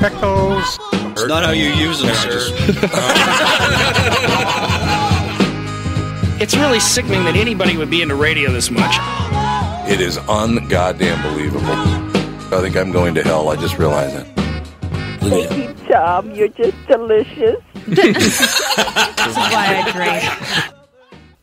pickles. It's not how you use them, sir. It's really sickening that anybody would be into radio this much. It is ungoddamn believable. I think I'm going to hell. I just realized it. Thank you, Tom. You're just delicious. This is why I drink.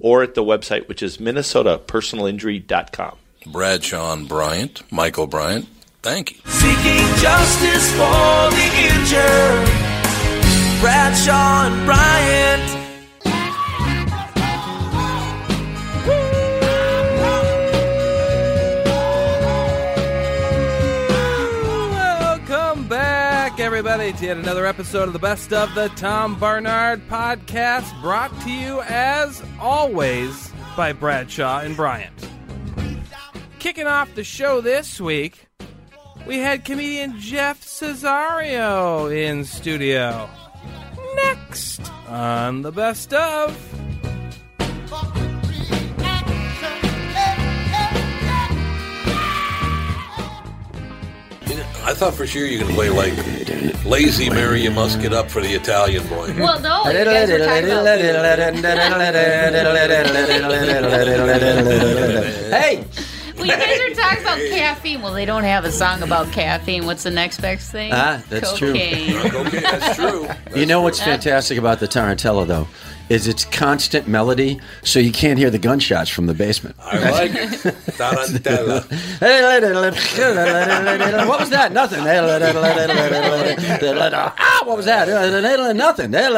or at the website, which is minnesotapersonalinjury.com. Brad, Sean Bryant, Michael Bryant. Thank you. Seeking justice for the injured. Bradshaw and Bryant. Welcome back, everybody, to yet another episode of the Best of the Tom Barnard Podcast, brought to you as always by Bradshaw and Bryant. Kicking off the show this week, we had comedian Jeff Cesario in studio. Next on the Best of. I thought for sure you could play like Lazy Mary, you must get up for the Italian boy. Well, no, you guys were talking about. hey, Well, you guys are talking about caffeine. Well, they don't have a song about caffeine. What's the next best thing? Ah, that's true. Cocaine. Okay, that's true. you know what's fantastic about the Tarantella though is its constant melody, so you can't hear the gunshots from the basement. I like it. Tarantella. what was that? Nothing. ah, what was that? Nothing.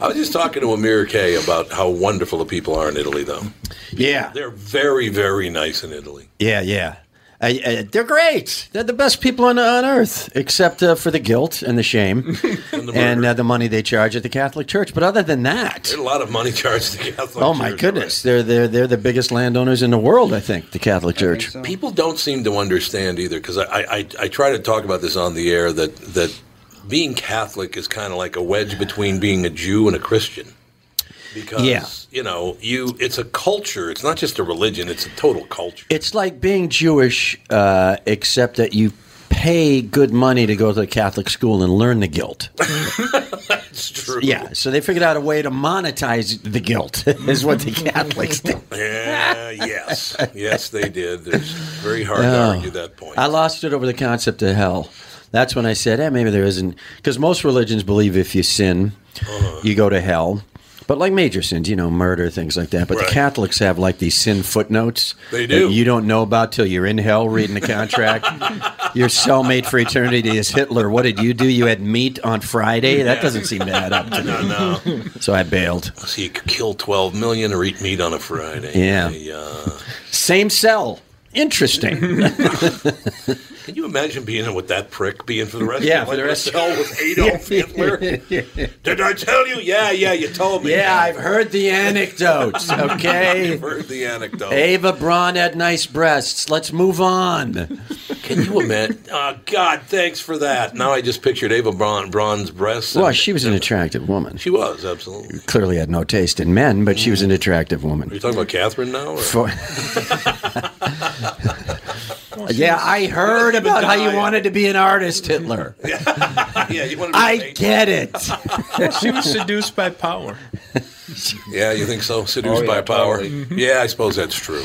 I was just talking to Amir K about how wonderful the people are in Italy, though. yeah, They're very, very nice in Italy. yeah, yeah. I, I, they're great. They're the best people on, on earth, except uh, for the guilt and the shame And the and murder. uh, the money they charge at the Catholic Church. But other than that, There's a lot of money charged to the Catholic Oh my Church, goodness, they're they're they're the biggest landowners in the world. I think the Catholic Church. right? People don't seem to understand either because I, I, I- I try to talk about this on the air that, that being Catholic is kind of like a wedge between being a Jew and a Christian. Because Yeah. you know, you it's a culture. It's not just a religion. It's a total culture. It's like being Jewish, uh, except that you pay good money to go to a Catholic school and learn the guilt. It's true. Yeah, so they figured out a way to monetize the guilt. Is what the Catholics did. Yeah, yes, yes, they did. It's very hard Oh. to argue that point. I lost it over the concept of hell. That's when I said, eh, maybe there isn't. Because most religions believe if you sin, Uh-huh. you go to hell. But like major sins, you know, murder, things like that. But Right. the Catholics have like these sin footnotes. They do. That you don't know about till you're in hell reading the contract. Your cellmate for eternity is Hitler. What did you do? You had meat on Friday? That doesn't seem to add up to me. no. So I bailed. So you could kill 12 million or eat meat on a Friday. Yeah. Yeah. Same cell. Interesting. Can you imagine being in with that prick being for the rest Yeah, of for your the life? rest- in a cell with Adolf Hitler? Did I tell you? Yeah, yeah, you told me. yeah, I've heard the anecdotes. Okay. I've heard the anecdote. Ava Braun had nice breasts. Let's move on. Can you imagine? Oh, God, thanks for that. Now I just pictured Ava Braun, Braun's breasts. and- Well, she was an attractive woman. She She was, absolutely. clearly had no taste in men, but she was an attractive Are woman. you talking about Catherine now? Or? For- yeah, I heard You've been about how you dying. wanted to be an artist, Hitler. yeah, you want to be I paid? get it. she was seduced by power. Yeah, you think so? Seduced Oh, yeah, by power. Mm-hmm. totally. Yeah, I suppose that's true.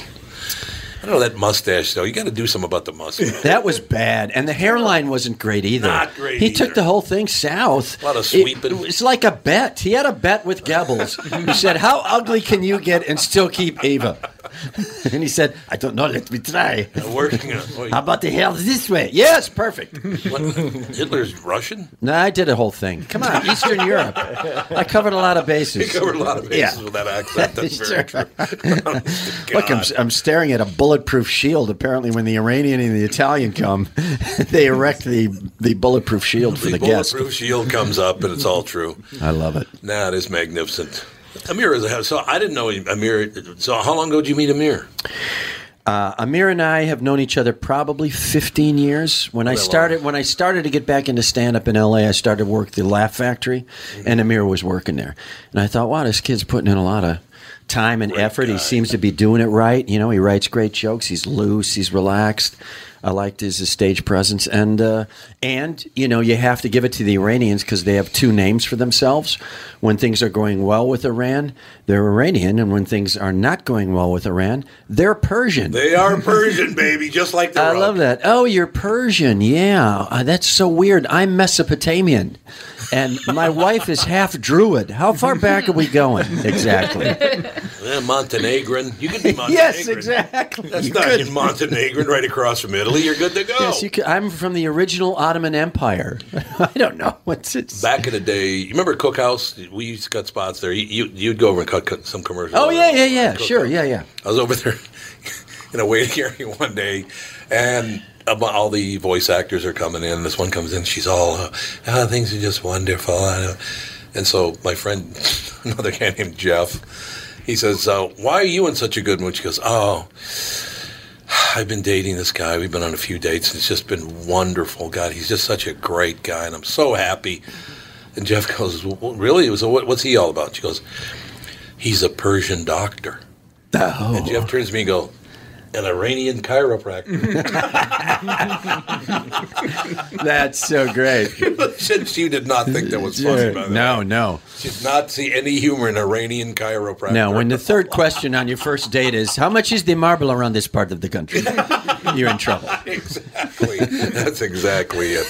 I don't know that mustache though. You got to do something about the mustache. That was bad, and the hairline wasn't great either. Not great He took the whole thing south. A lot of It- sweeping. it's like a bet. He had a bet with Goebbels. he said, "How ugly can you get and still keep Ava?" and he said, "I don't know. Let me try." Working. on- How about the hair this way? Yes, perfect. What? Hitler's Russian. No, I did a whole thing. Come on, Eastern Europe. I covered a lot of He bases. covered a lot of bases Yeah. with that accent. That's very true. Look, I'm, I'm staring at a bulletproof shield. Apparently, when the Iranian and the Italian come, they erect the, the bulletproof shield for the the guest. bulletproof shield comes up, and it's all true. I love it. Nah, it is magnificent. Amir is a so I didn't know Amir. So how long ago did you meet Amir? Uh, Amir and I have known each other probably 15 years. When I Well, started, when I started to get back into stand up in LA, I started to work the Laugh Factory, and Amir was working there. And I thought, wow, this kid's putting in a lot of time and effort. He seems to be doing it right. You know, he writes great jokes. He's loose. He's relaxed. I liked his, his stage presence, and uh, and you know, you have to give it to the Iranians because they have two names for themselves. When things are going well with Iran, they're Iranian, and when things are not going well with Iran, they're Persian. They are Persian, baby, just like the I rug. love that. Oh, you're Persian. Yeah. Uh, that's so weird. I'm Mesopotamian. And my wife is half Druid. How far back are we going? Exactly. Yeah, Montenegran. You can be Montenegran. Yes, exactly. That's You not could. in Montenegran, right across from Italy. You're good to go. Yes, you could, I'm from the original Ottoman Empire. I don't know what's it's. Back in the day, you remember Cookhouse? We used to cut spots there. You, you, you'd go over and cut, cut some commercials. Oh over yeah, there. yeah, yeah. Sure, yeah, yeah. I was over there in a waiting area one day, and ab- all the voice actors are coming in. This one comes in, she's all, uh, "Ah, things are just wonderful. I know. And so my friend, another guy named Jeff, he says, uh, "Why are you in such a good mood?" She goes, "Oh." I've been dating this guy. We've been on a few dates. It's just been wonderful. God, he's just such a great guy, and I'm so happy. And Jeff goes, well, "Really? So what, what's he all about?" She goes, "He's a Persian doctor." Oh. And Jeff turns to me and go, an Iranian chiropractor. That's so great. Since she did not think that was funny. By the way. No, no. She did not see any humor in Iranian chiropractor. Now, when the third question on your first date is, how much is the marble around this part of the country? You're in trouble. exactly. That's exactly it.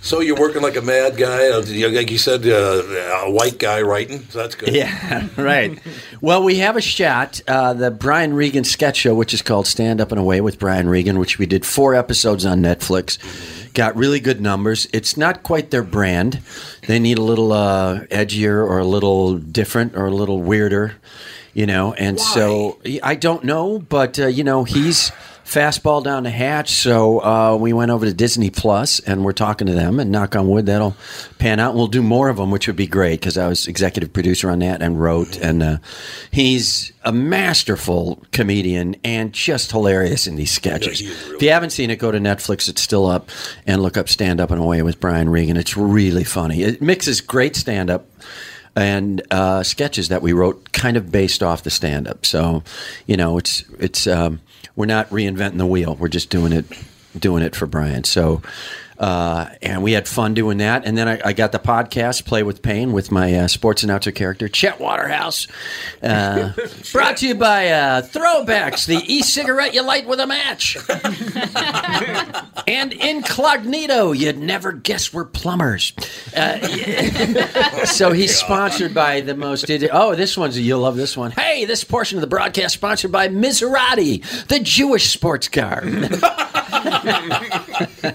So you're working like a mad guy, uh, you- like you said, uh, a white guy writing. So that's good. Yeah, right. well, we have a shot, uh, the Brian Regan sketch show, which is called Stand Up and Away with Brian Regan, which we did four episodes on Netflix. Got really good numbers. It's not quite their brand. They need a little uh, edgier or a little different or a little weirder, you know. And so I don't know, but, uh, you know, he's. Fastball down the hatch. So uh, we went over to Disney Plus, and we're talking to them. And knock on wood, that'll pan out. And we'll do more of them, which would be great because I was executive producer on that and wrote. And uh, he's a masterful comedian and just hilarious in these sketches. Yeah, he is really if you haven't seen it, go to Netflix. It's still up, and look up "Stand Up and Away" with Brian Regan. It's really funny. It mixes great stand up and uh, sketches that we wrote kind of based off the stand up. So, you know, it's it's um, we're not reinventing the wheel. We're just doing it doing it for Brian. So, uh, and we had fun doing that. And then I, I got the podcast Play with Pain with my uh, sports announcer character Chet Waterhouse. Uh, brought to you by uh, Throwbacks, the e-cigarette you light with a match. and incognito, you'd never guess we're plumbers. Uh, so he's sponsored by the most. idi- Oh, this one's you'll love this one. Hey, this portion of the broadcast sponsored by Miserati, the Jewish sports car.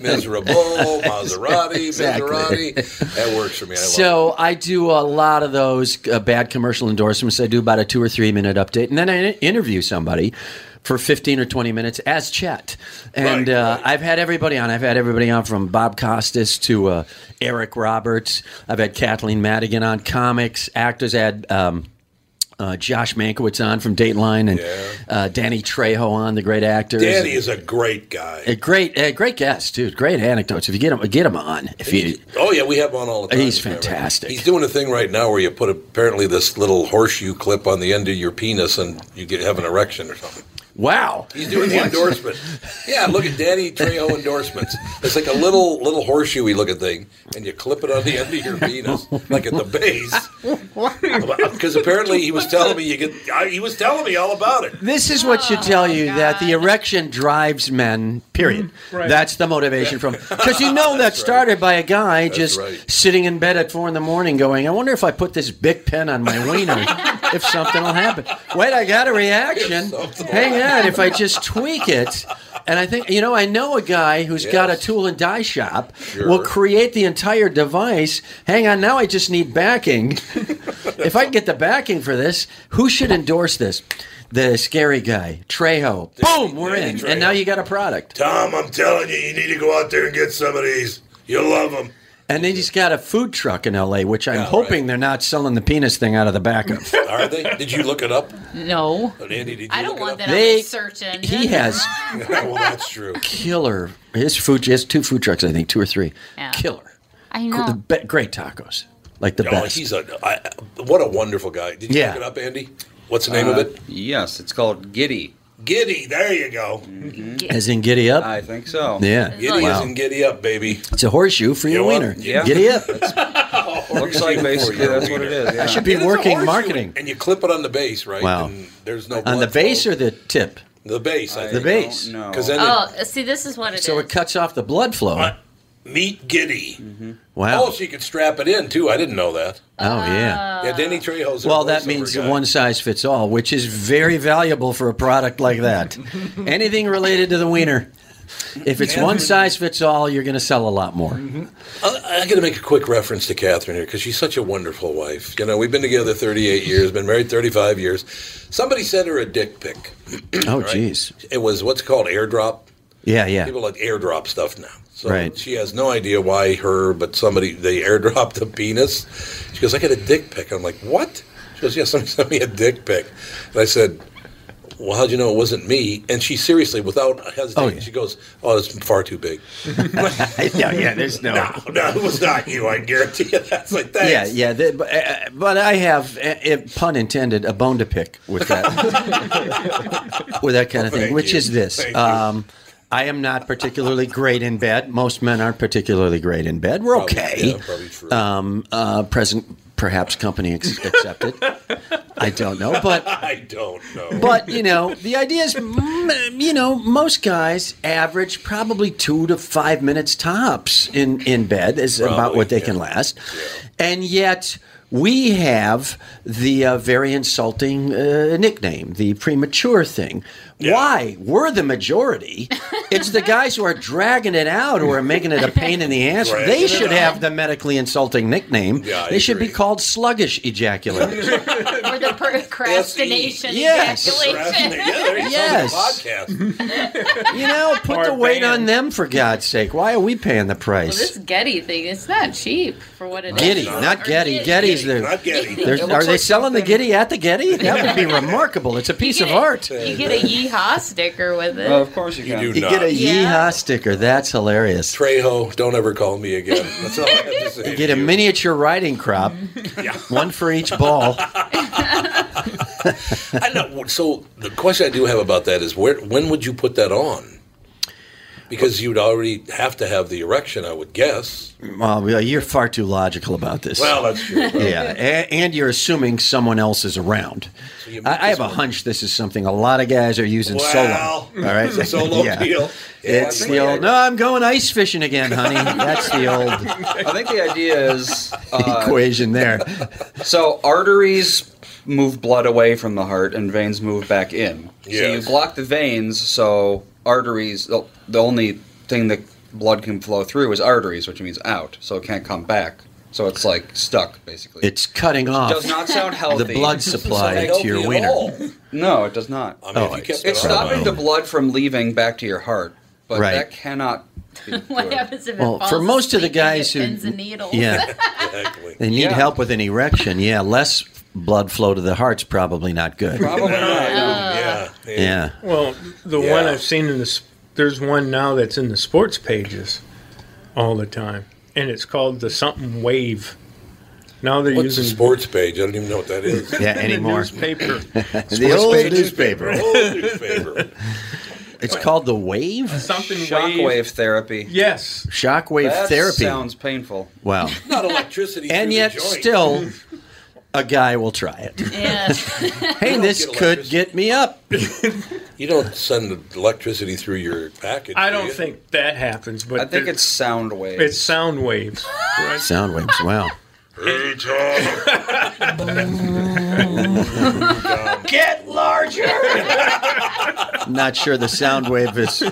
Miserable, Maserati, Exactly. Maserati. That works for me. I love it. so I do a lot of those uh, bad commercial endorsements. I do about a two or three minute update, and then I interview somebody for 15 or 20 minutes as Chet. And Right, uh, right. I've had everybody on. I've had everybody on from Bob Costas to uh, Eric Roberts. I've had Kathleen Madigan on comics, actors. I had. Um, uh, Josh Mankiewicz on from Dateline and uh, Danny Trejo on, the great actor. Danny is a great guy. a great, a great guest, dude. Great anecdotes. If you get him, get him on. If you, Oh yeah, we have one all the time. He's fantastic. He's doing a thing right now where you put apparently this little horseshoe clip on the end of your penis and you get have an erection or something. Wow. He's doing the endorsement. Yeah, look at Danny Trejo endorsements. It's like a little little horseshoey looking thing, and you clip it on the end of your penis, like at the base. Because apparently he was telling me you get. I- He was telling me all about it. This is what should tell you that the erection drives men. Period. Mm, right. That's the motivation from because you know that started by a guy just sitting in bed at four in the morning, going, "I wonder if I put this big pen on my wiener, if something will happen." Wait, I got a reaction. Hang on, if I just tweak it, and I think you know, I know a guy who's got a tool and die shop will create the entire device. Hang on, now I just need backing. if I can get the backing for this, who should endorse this? The scary guy, Trejo. Boom, we're in. And now you got a product. Tom, I'm telling you, you need to go out there and get some of these. You'll love them. And then he's got a food truck in LA, which I'm hoping they're not selling the penis thing out of the back of. Are they? Did you look it up? No. Andy, did you I don't look want it that up? on the search engine. He has Yeah, well, that's true. killer. His food. He has two food trucks, I think, two or three. Yeah. Killer. I Gr- know. be- Great tacos, like the oh, best. He's a I, what a wonderful guy. Did you Yeah. look it up, Andy? What's the name of Uh, it? Yes, it's called Giddy. Giddy. There you go. As in giddy up. I think so. Yeah. Giddy Wow. isn't giddy up, baby. It's a horseshoe for your wiener. Yeah. Giddy up. Looks like basically that's what it is. I should be And it's a working horseshoe, marketing. And you clip it on the base, right? Wow. And there's no On the blood. base or the tip? The base. I The think. base. Because then Oh, see, this is what it is. So it cuts off the blood flow. it- meet Giddy. Mm-hmm. Wow. Oh, so you could strap it in too. I didn't know that. Oh, yeah. yeah, Danny Trejo's. a Well, that voiceover means guy. one size fits all, which is very valuable for a product like that. Anything related to the wiener. If it's Yeah. one size fits all, you're going to sell a lot more. Mm-hmm. I, I got to make a quick reference to Catherine here because she's such a wonderful wife. You know, we've been together 38 years, been married 35 years. Somebody sent her a dick pic. Oh, Right. jeez. It was what's called airdrop. Yeah, yeah. People like airdrop stuff now. So Right. she has no idea why her, but somebody they airdropped a penis. She goes, I got a dick pic. I'm like, what? She goes, yeah, somebody sent me a dick pic. And I said, well, how'd you know it wasn't me? And she seriously, without hesitation, Oh, yeah. she goes, oh, it's far too big. yeah, yeah, there's no. No, no, it was not you. I guarantee you. That's like, thanks. Yeah, yeah. th- but, uh, but I have, uh, it, pun intended, a bone to pick with that, with that kind of thing, Oh, Thank which you. is this. Thank you. Um, I am not particularly great in bed. Most men aren't particularly great in bed. We're Probably, okay. yeah, probably true. Um, uh, present, perhaps company ex- accepted. I don't know, but I don't know. but you know the idea is mm, you know most guys average probably two to five minutes tops in in bed is about Probably, what they yeah. can last and yet we have the uh, very insulting uh, nickname the premature thing why we're the majority it's the guys who are dragging it out who are making it a pain in the ass Dragging they it should out. have the medically insulting nickname Yeah, I they should be called sluggish ejaculators or the procrastination Yes. ejaculation. Yes. you know, put the weight on them for God's sake. Why are we paying the Well, price? this Getty thing, it's not cheap for what it is. Giddy, not Getty. Getty's the. Not Getty. There's- It Are looks they like selling the Getty at the Getty? That would be remarkable. It's a piece of art. You get a yeehaw sticker with it. course you can. You, do You not. get a Yeah. yeehaw sticker. That's hilarious. Trejo, don't ever call me again. That's all I have to say. You get a miniature riding crop, one for each ball. I know. So the question I do have about that is, where when would you put that on? Because you'd already have to have the erection, I would guess. Well, uh, you're far too logical about this. Well, that's true. yeah, a- and you're assuming someone else is around. I, I have a hunch this is something a lot of guys are using Well, solo. All right, it's a solo deal. Yeah, It's I the think old. No, I'm going ice fishing again, honey. That's the old I think the idea is uh, equation there. So arteries move blood away from the heart, and veins move back in. So you Yes. block the veins, so arteries. The the only thing that blood can flow through is arteries, which means out. So it can't come back. So it's like stuck, basically. It's cutting off. does not sound healthy. The blood It's not supply to healthy your at wiener. Oh, all. No, it does not. I mean, if you it's kept It's it on, stopping the blood from leaving back to your heart, but Right. that cannot. what happens if it Well, falls for most of the guys who, pins and needles? yeah, they need Yeah. help with an erection. Yeah, less blood flow to the heart's probably not good. Probably not. yeah. Yeah. Well, the Yeah. one I've seen in the s- there's one now that's in the sports pages all the time, and it's called the something wave. Now they're What's using a sports page. I don't even know what that is. Yeah, anymore. Newspaper. the old newspaper. Old newspaper. It's called the wave. Something shockwave wave. therapy. Yes, Shockwave that therapy. sounds painful. Wow. Not electricity. and through yet, the joint. still, a guy will try it. hey, this could get me up. You don't send electricity through your package. I do don't you? think that happens, but I think it's sound waves. It's sound waves. right? Sound waves. Wow. Hey, Tom. Get larger. Not sure the sound wave has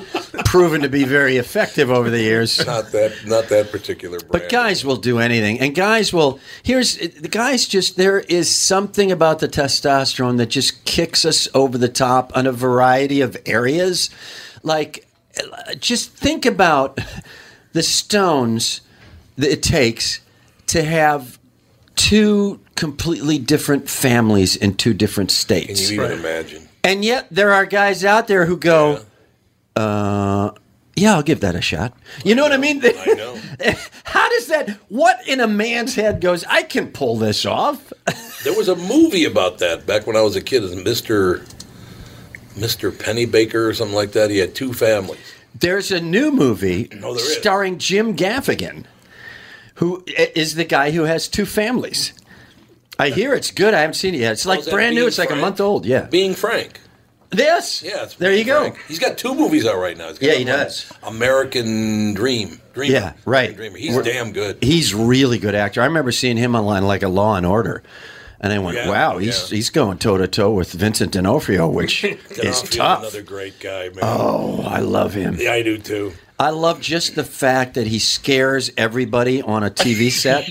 proven to be very effective over the years. Not that. Not that particular brand. But guys will do anything, and guys will. Here's the guys. Just there is something about the testosterone that just kicks us over the top on a variety of areas. Like, just think about the stones that it takes to have two completely different families in two different Can states. you even imagine? And yet, there are guys out there who go, yeah. uh, yeah, I'll give that a shot. You know, what I mean? I know. How does that, what in a man's head goes, I can pull this off? There was a movie about that back when I was a kid. It was Mr. Mr. Penny Baker or something like that. He had two families. There's a new movie No, Oh, there is. starring Jim Gaffigan, who i- is the guy who has two families. I hear it's good. I haven't seen it yet. It's like How's Oh, that brand new. being It's like a Frank? month old. Yeah. Being Frank. Yes. Yeah. It's There you go. He's got two movies out right now. He's got Yeah, he one, does. American Dream. Dreamer. Yeah, right. Dreamer. He's We're- damn good. He's really good actor. I remember seeing him online like a Law and Order, and I went, Yeah, "Wow, he's he's going toe to toe with Vincent D'Onofrio, which is D'Onofrio's tough." Another great guy, man. Oh, I love him. Yeah, I do too. I love just the fact that he scares everybody on a TV set.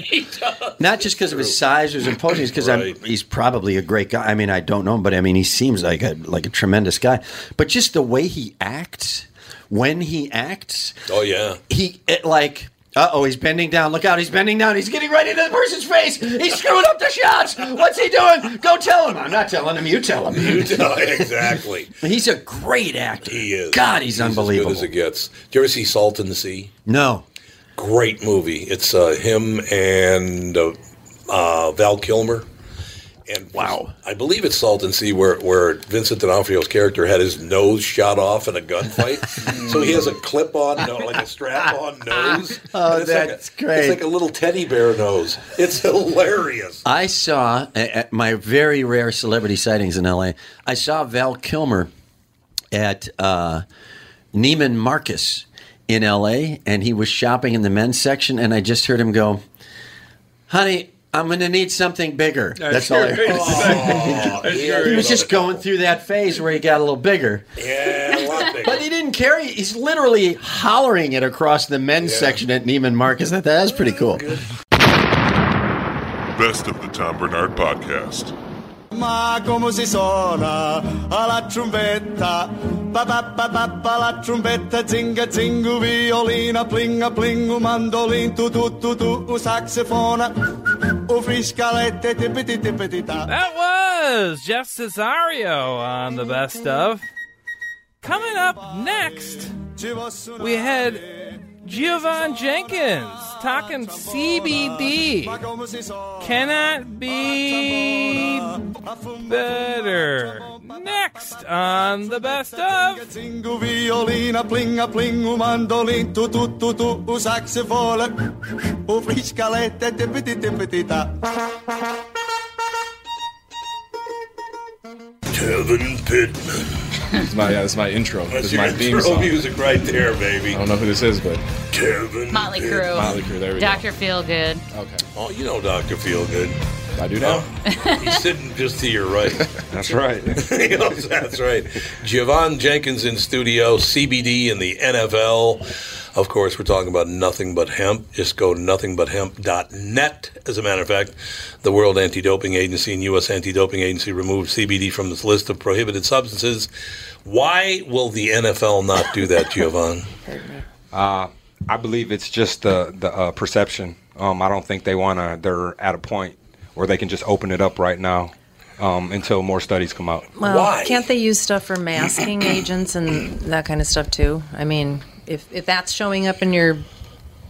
Not just because of his size or his imposing, because he's probably a great guy. I mean, I don't know him, but I mean, he seems like a like a tremendous guy. But just the way he acts, when he acts, Oh yeah. he it, like uh oh he's bending down look out he's bending down he's getting right into the person's face he's screwing up the shots what's he doing go tell him i'm not telling him you tell him You tell exactly. he's a great actor He is. God, he's unbelievable. As good as it gets. Did you ever see Salt in the Sea? no Great movie. It's uh, him and uh, uh, Val Kilmer. And wow, I believe it's Salt and Sea where where Vincent D'Onofrio's character had his nose shot off in a gunfight, so he has a clip on, no, like a strap on nose. Oh, And it's like a- that's great. It's like a little teddy bear nose. It's hilarious. i saw a- at my very rare celebrity sightings in la i saw val kilmer at uh neiman marcus in la and he was shopping in the men's section and i just heard him go honey i'm gonna need something bigger that's all i heard he was just going through that phase where he got a little bigger. Yeah, a lot bigger. But he didn't carry. He's literally hollering it across the men's section at Neiman Marcus. That that's pretty cool. Best of the Tom Bernard Podcast. Ma come si suona alla trombetta, pa pa pa pa pa la trombetta, zinga zingu, violina, plinga plingu, mandolin, tu tu tu tu, u saxofona, u friscalette, tipiti tipitita. That was Jeff Cesario on the best of. Coming up next, we had Giovanni Jenkins talking CBD. Cannot be better. Next on the best of. Zingu, violina, plinga plingu, mandolin, tu tu tu tu, u saxofona, u friscalette, e tipiti tipitita. Kevin Pittman. It's my, yeah, it's my intro. It's That's your my theme intro song. music right there, baby. I don't know who this is, but Kevin. Motley Pitt- Crue. Motley Crue, there we go. Dr. Feelgood. Okay. Oh, you know Doctor Feelgood. I do know. he's sitting just to your right. That's right. He knows that's right. Javon Jenkins in studio, CBD in the NFL. Of course, we're talking about nothing but hemp. Just go to nothingbutthemp.net. As a matter of fact, the World Anti Doping Agency and U.S. Anti Doping Agency removed CBD from its list of prohibited substances. Why will the NFL not do that, Giovanni? Uh, I believe it's just the the uh, perception. Um, I don't think they want to. They're at a point where they can just open it up right now um, until more studies come out. Well, can't they use stuff for masking agents and that kind of stuff too? I mean, if if that's showing up in your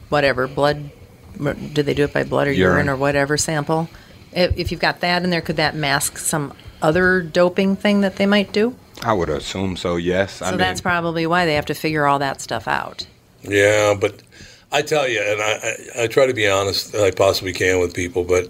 whatever blood or do they do it by blood or urine, Urine. or whatever sample? If, if you've got that in there, could that mask some other doping thing that they might do? I would assume so. Yes. so I mean, that's probably why they have to figure all that stuff out. Yeah, but I tell you, and I, I, I try to be honest that I possibly can with people, but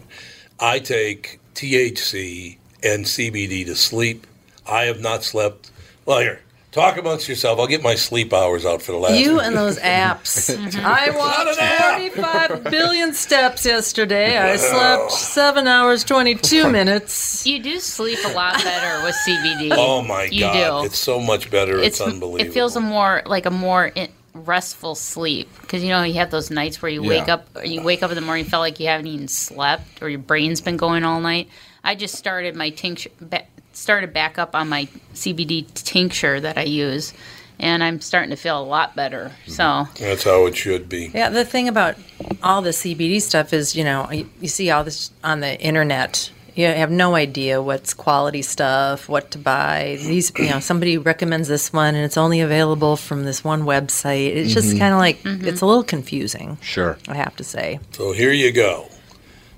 I take THC and CBD to sleep. I have not slept. Well, here, talk amongst yourself. I'll get my sleep hours out for the last. You and those apps. I walked 35 billion steps yesterday. I slept 7 hours Oh 22 minutes. You do sleep a lot better with CBD. Oh my you god, do. it's so much better. It's, unbelievable. It feels a more like a more i restful sleep because you know you have those nights where you wake Yeah. up, or you wake up in the morning, felt like you haven't even slept, or your brain's been going all night. I just started my tincture, ba- started back up on my CBD tincture that I use, and I'm starting to feel a lot better. So That's how it should be. Yeah, the thing about all the CBD stuff is, you know, you, you see all this on the internet. You have no idea what's quality stuff, what to buy. These, you know, somebody recommends this one and it's only available from this one website. It's just Mhm. kind of like it's a little confusing. Sure. I have to say. So here you go.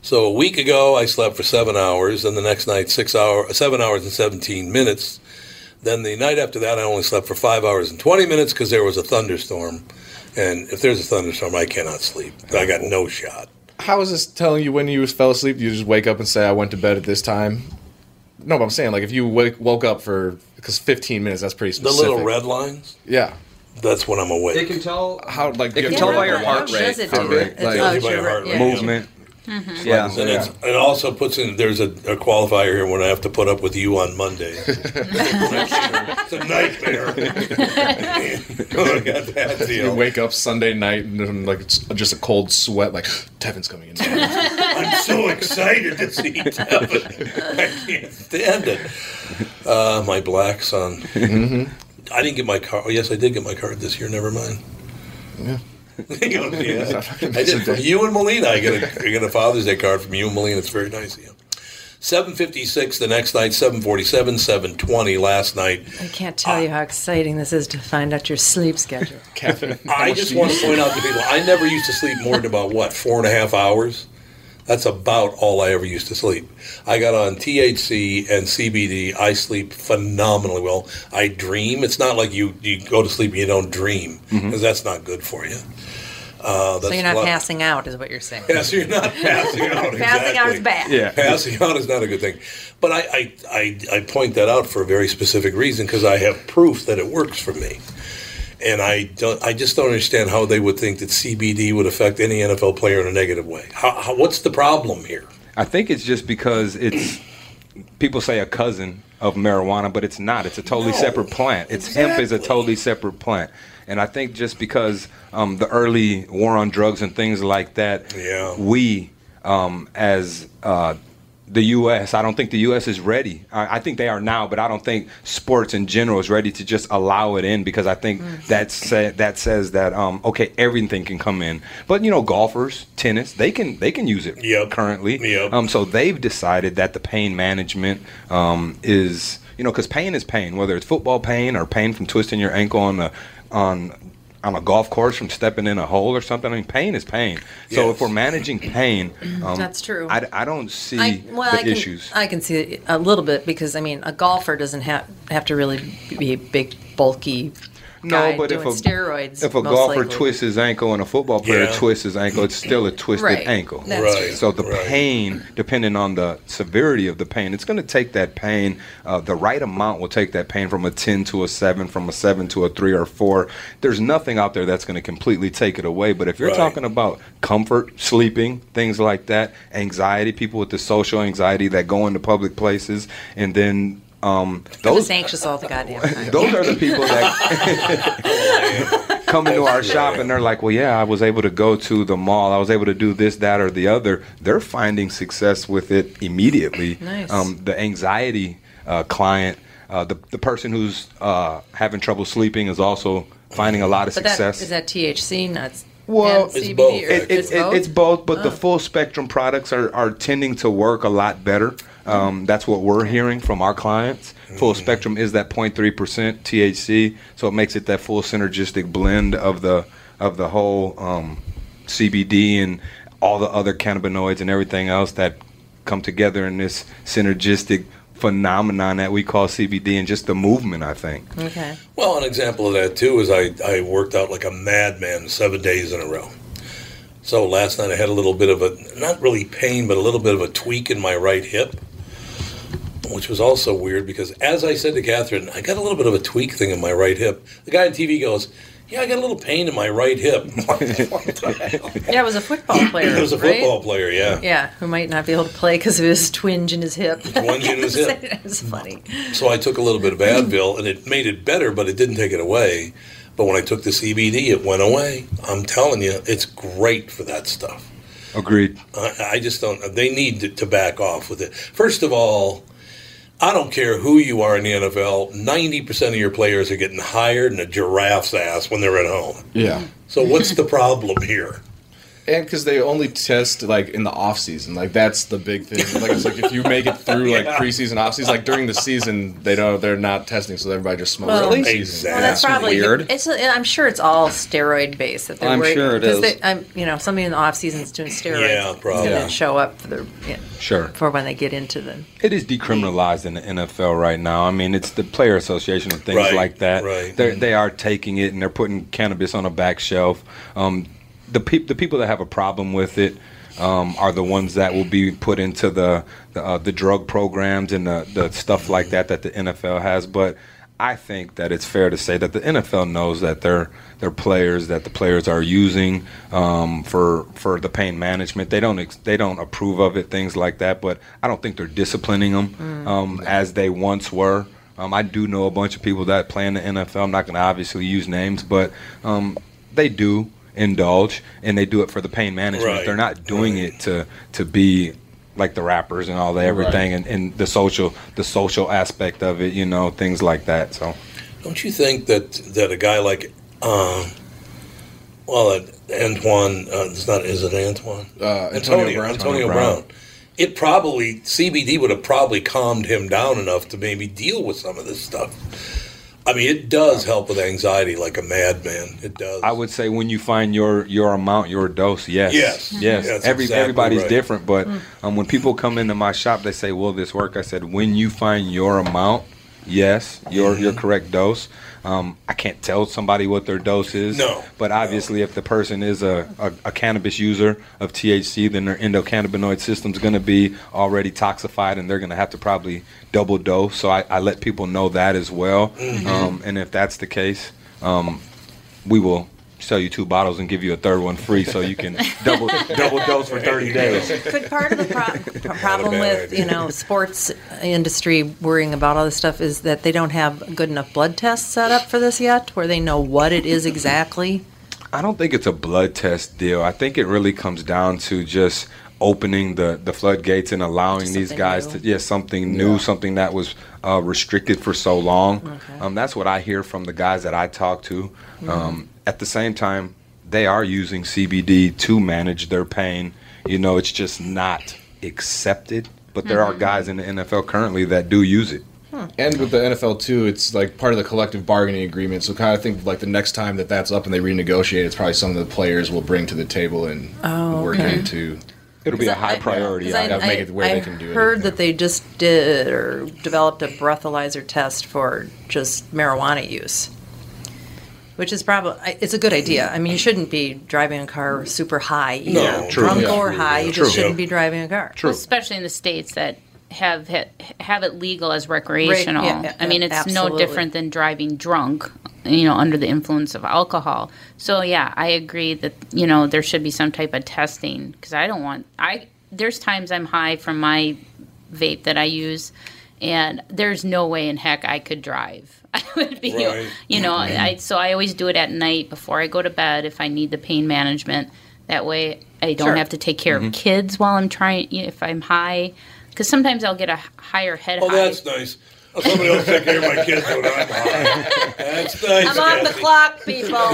So a week ago, I slept for seven hours, and the next night, six hour, seven hours and seventeen minutes. Then the night after that, I only slept for five hours and twenty minutes because there was a thunderstorm. And if there's a thunderstorm, I cannot sleep. I got no shot. How is this telling you when you fell asleep? You just wake up and say, "I went to bed at this time." No, but I'm saying like if you wake, woke up for because 15 minutes, that's pretty The specific. little red lines. Yeah, that's when I'm awake. It can tell how like it can yeah, tell yeah, by your yeah. heart How rate. does it Heart do rate, it? like- Tells you Oh, by sure, heart yeah. rate. Movement. Mm-hmm. Like, Yeah. and it's, it also puts in. There's a, a qualifier here when I have to put up with you on Monday. it's a nightmare. I got that deal. You wake up Sunday night and then, like it's just a cold sweat. Like Tevin's coming in. I'm so excited to see Tevin. I can't stand it. Uh, my black son. I didn't get my card. Oh, yes, I did get my card this year. Never mind. Yeah. You know, yeah. I That's did. okay. From eh? you and Melina, I get a, I get a Father's Day card from you and Melina. It's very nice of you. 756 the next night, 747, 720 last night. I can't tell you how exciting this is to find out your sleep schedule. I just want to point out to people, I never used to sleep more than about what four and a half hours. That's about all I ever used to sleep. I got on THC and CBD. I sleep phenomenally well. I dream. It's not like you you go to sleep and you don't dream because that's not good for you. Uh, so that's you're not a lot- passing out, is what you're saying. Yeah, so you're not passing out. Passing out is exactly. bad. passing out is not a good thing. But I I, I, I point that out for a very specific reason because I have proof that it works for me, and I don't. I just don't understand how they would think that CBD would affect any NFL player in a negative way. How, how, what's the problem here? I think it's just because it's people say a cousin of marijuana, but it's not. It's a totally No. separate plant. It's hemp is a totally separate plant. And I think just because um, the early war on drugs and things like that, yeah. we um, as uh, the U.S. I don't think the U.S. is ready. I, I think they are now, but I don't think sports in general is ready to just allow it in because I think that sa- that says that um, okay, everything can come in. But you know, golfers, tennis, they can they can use it currently. Um, so they've decided that the pain management um, is you know because pain is pain, whether it's football pain or pain from twisting your ankle on the on on a golf course from stepping in a hole or something. I mean, pain is pain. So if we're managing pain, um, That's true. I, I don't see I, well, the I can, issues. I can see a little bit because I mean, a golfer doesn't have have to really be a big, bulky. guy doing steroids, if a most golfer likely. twists his ankle and a football player Yeah. twists his ankle, it's still a twisted Right. ankle. That's Right. true. So the pain, depending on the severity of the pain, it's going to take that pain. Uh, the right amount will take that pain from a ten to a seven, from a seven to a three or four. There's nothing out there that's going to completely take it away. But if you're Right. talking about comfort, sleeping, things like that, anxiety, people with the social anxiety that go into public places, and then. Um, I'm those just anxious all the goddamn time. those are the people that come into our shop and they're like, well, yeah, I was able to go to the mall. I was able to do this, that, or the other. They're finding success with it immediately. Nice. Um, the anxiety uh, client, uh, the, the person who's uh, having trouble sleeping is also finding a lot of But that, success. is that THC nuts? Well, and CBD Or It- it- it- it's Uh, both, Oh. but the full spectrum products are, are tending to work a lot better. Um, that's what we're hearing from our clients. Full spectrum is that 0.3% THC, so it makes it that full synergistic blend of the of the whole um, CBD and all the other cannabinoids and everything else that come together in this synergistic phenomenon that we call CBD and just the movement, I think. Okay. Well, an example of that too is I, I worked out like a madman seven days in a row. So last night I had a little bit of a, not really pain, but a little bit of a tweak in my right hip, which was also weird because as I said to Catherine, I got a little bit of a tweak thing in my right hip. The guy on TV goes, Yeah, I got a little pain in my right hip. Yeah, it was a football player. it was a right? football player, yeah. Yeah, who might not be able to play because of his twinge in his hip. Twinge in his hip. it's funny. So I took a little bit of Advil, and it made it better, but it didn't take it away. But when I took the CBD, it went away. I'm telling you, it's great for that stuff. Agreed. I, I just don't. They need to, to back off with it. First of all, I don't care who you are in the NFL. Ninety percent of your players are getting higher than a giraffe's ass when they're at home. Yeah. So what's the problem here? And because they only test like in the off season, like that's the big thing. Like it's like if you make it through like Yeah. preseason, off season, like during the season, they don't, they're not testing, so everybody just smokes. Well, all Really? season. Well, that's probably It's. I'm sure it's all steroid based that they're I'm worried. sure it 'cause is. they- I'm, you know, somebody in the off season is doing steroids. Yeah, probably. And Yeah. then show up for the yeah, Sure. for when they get into the. It is decriminalized in the NFL right now. I mean, it's the player association and things Right, like that. right. Mm-hmm. They're, they are taking it and they're putting cannabis on a back shelf. Um, the peop the people that have a problem with it um, are the ones that will be put into the the, uh, the drug programs and the, the stuff like that that the NFL has. But I think that it's fair to say that the NFL knows that their their players that the players are using um, for for the pain management. They don't ex- they don't approve of it, things like that. But I don't think they're disciplining them Mm. um, as they once were. Um, I do know a bunch of people that play in the NFL. I'm not going to obviously use names, but um, they do indulge and they do it for the pain management. Right. They're not doing it to to be like the rappers and all that everything and, and the social the social aspect of it, you know, things like that. So Don't you think that that a guy like, um, well, uh, Antoine, uh, it's not, is it Antoine? Uh, Antonio Antonio Brown. Antonio Brown. Brown. It probably CBD would have probably calmed him down enough to maybe deal with some of this stuff. I mean, it does help with anxiety like a madman. It does. I would say when you find your your amount, your dose, yes, Yes. yes. That's Every exactly everybody's right. different, but Mm. um, when people come into my shop, they say, "Will this work?" I said, "When you find your amount, yes, your Mm-hmm. your correct dose." Um, I can't tell somebody what their dose is. No. But obviously, if the person is a, a, a cannabis user of THC, then their endocannabinoid system's going to be already toxified, and they're going to have to probably double dose. So I, I let people know that as well. Mhm. Um, and if that's the case, um, we will sell you two bottles and give you a third one free so you can double double dose for 30 days. Could part of the pro- problem with idea. you know sports industry worrying about all this stuff is that they don't have good enough blood tests set up for this yet, where they know what it is exactly. I don't think it's a blood test deal. I think it really comes down to just opening the, the floodgates and allowing these guys to yeah something new, something that was uh, restricted for so long. Um, that's what I hear from the guys that I talk to. Um, at the same time, they are using CBD to manage their pain. You know, it's just not accepted. But there are Mhm. guys in the NFL currently that do use it. And with the NFL too, it's like part of the collective bargaining agreement. So kind of think like the next time that that's up and they renegotiate, it's probably something the players will bring to the table and Oh, work okay. into. It'll be a high priority. 'Cause I, make it where I- they can do I it. heard that they just did or developed a breathalyzer test for just marijuana use, which is probably it's a good idea. I mean, you shouldn't be driving a car super high, either. No, true. drunk Yeah. or high. You just True. shouldn't Yeah. be driving a car. True. especially in the states that have ha- have it legal as recreational. yeah, yeah, I mean, it's absolutely. no different than driving drunk, you know, under the influence of alcohol. So yeah, I agree that you know there should be some type of testing because I don't want I. There's times I'm high from my vape that I use, and there's no way in heck I could drive. I would be, Right. you know, Mhm. I so I always do it at night before I go to bed if I need the pain management. That way, I don't Sure. have to take care Mm-hmm. Mhm. of kids while I'm trying. You know, if I'm high, because sometimes I'll get a h- higher head Oh, high. that's nice. Oh, Somebody else take care of my kids when I'm high. That's nice. I'm on the Kathy. clock, people. I'm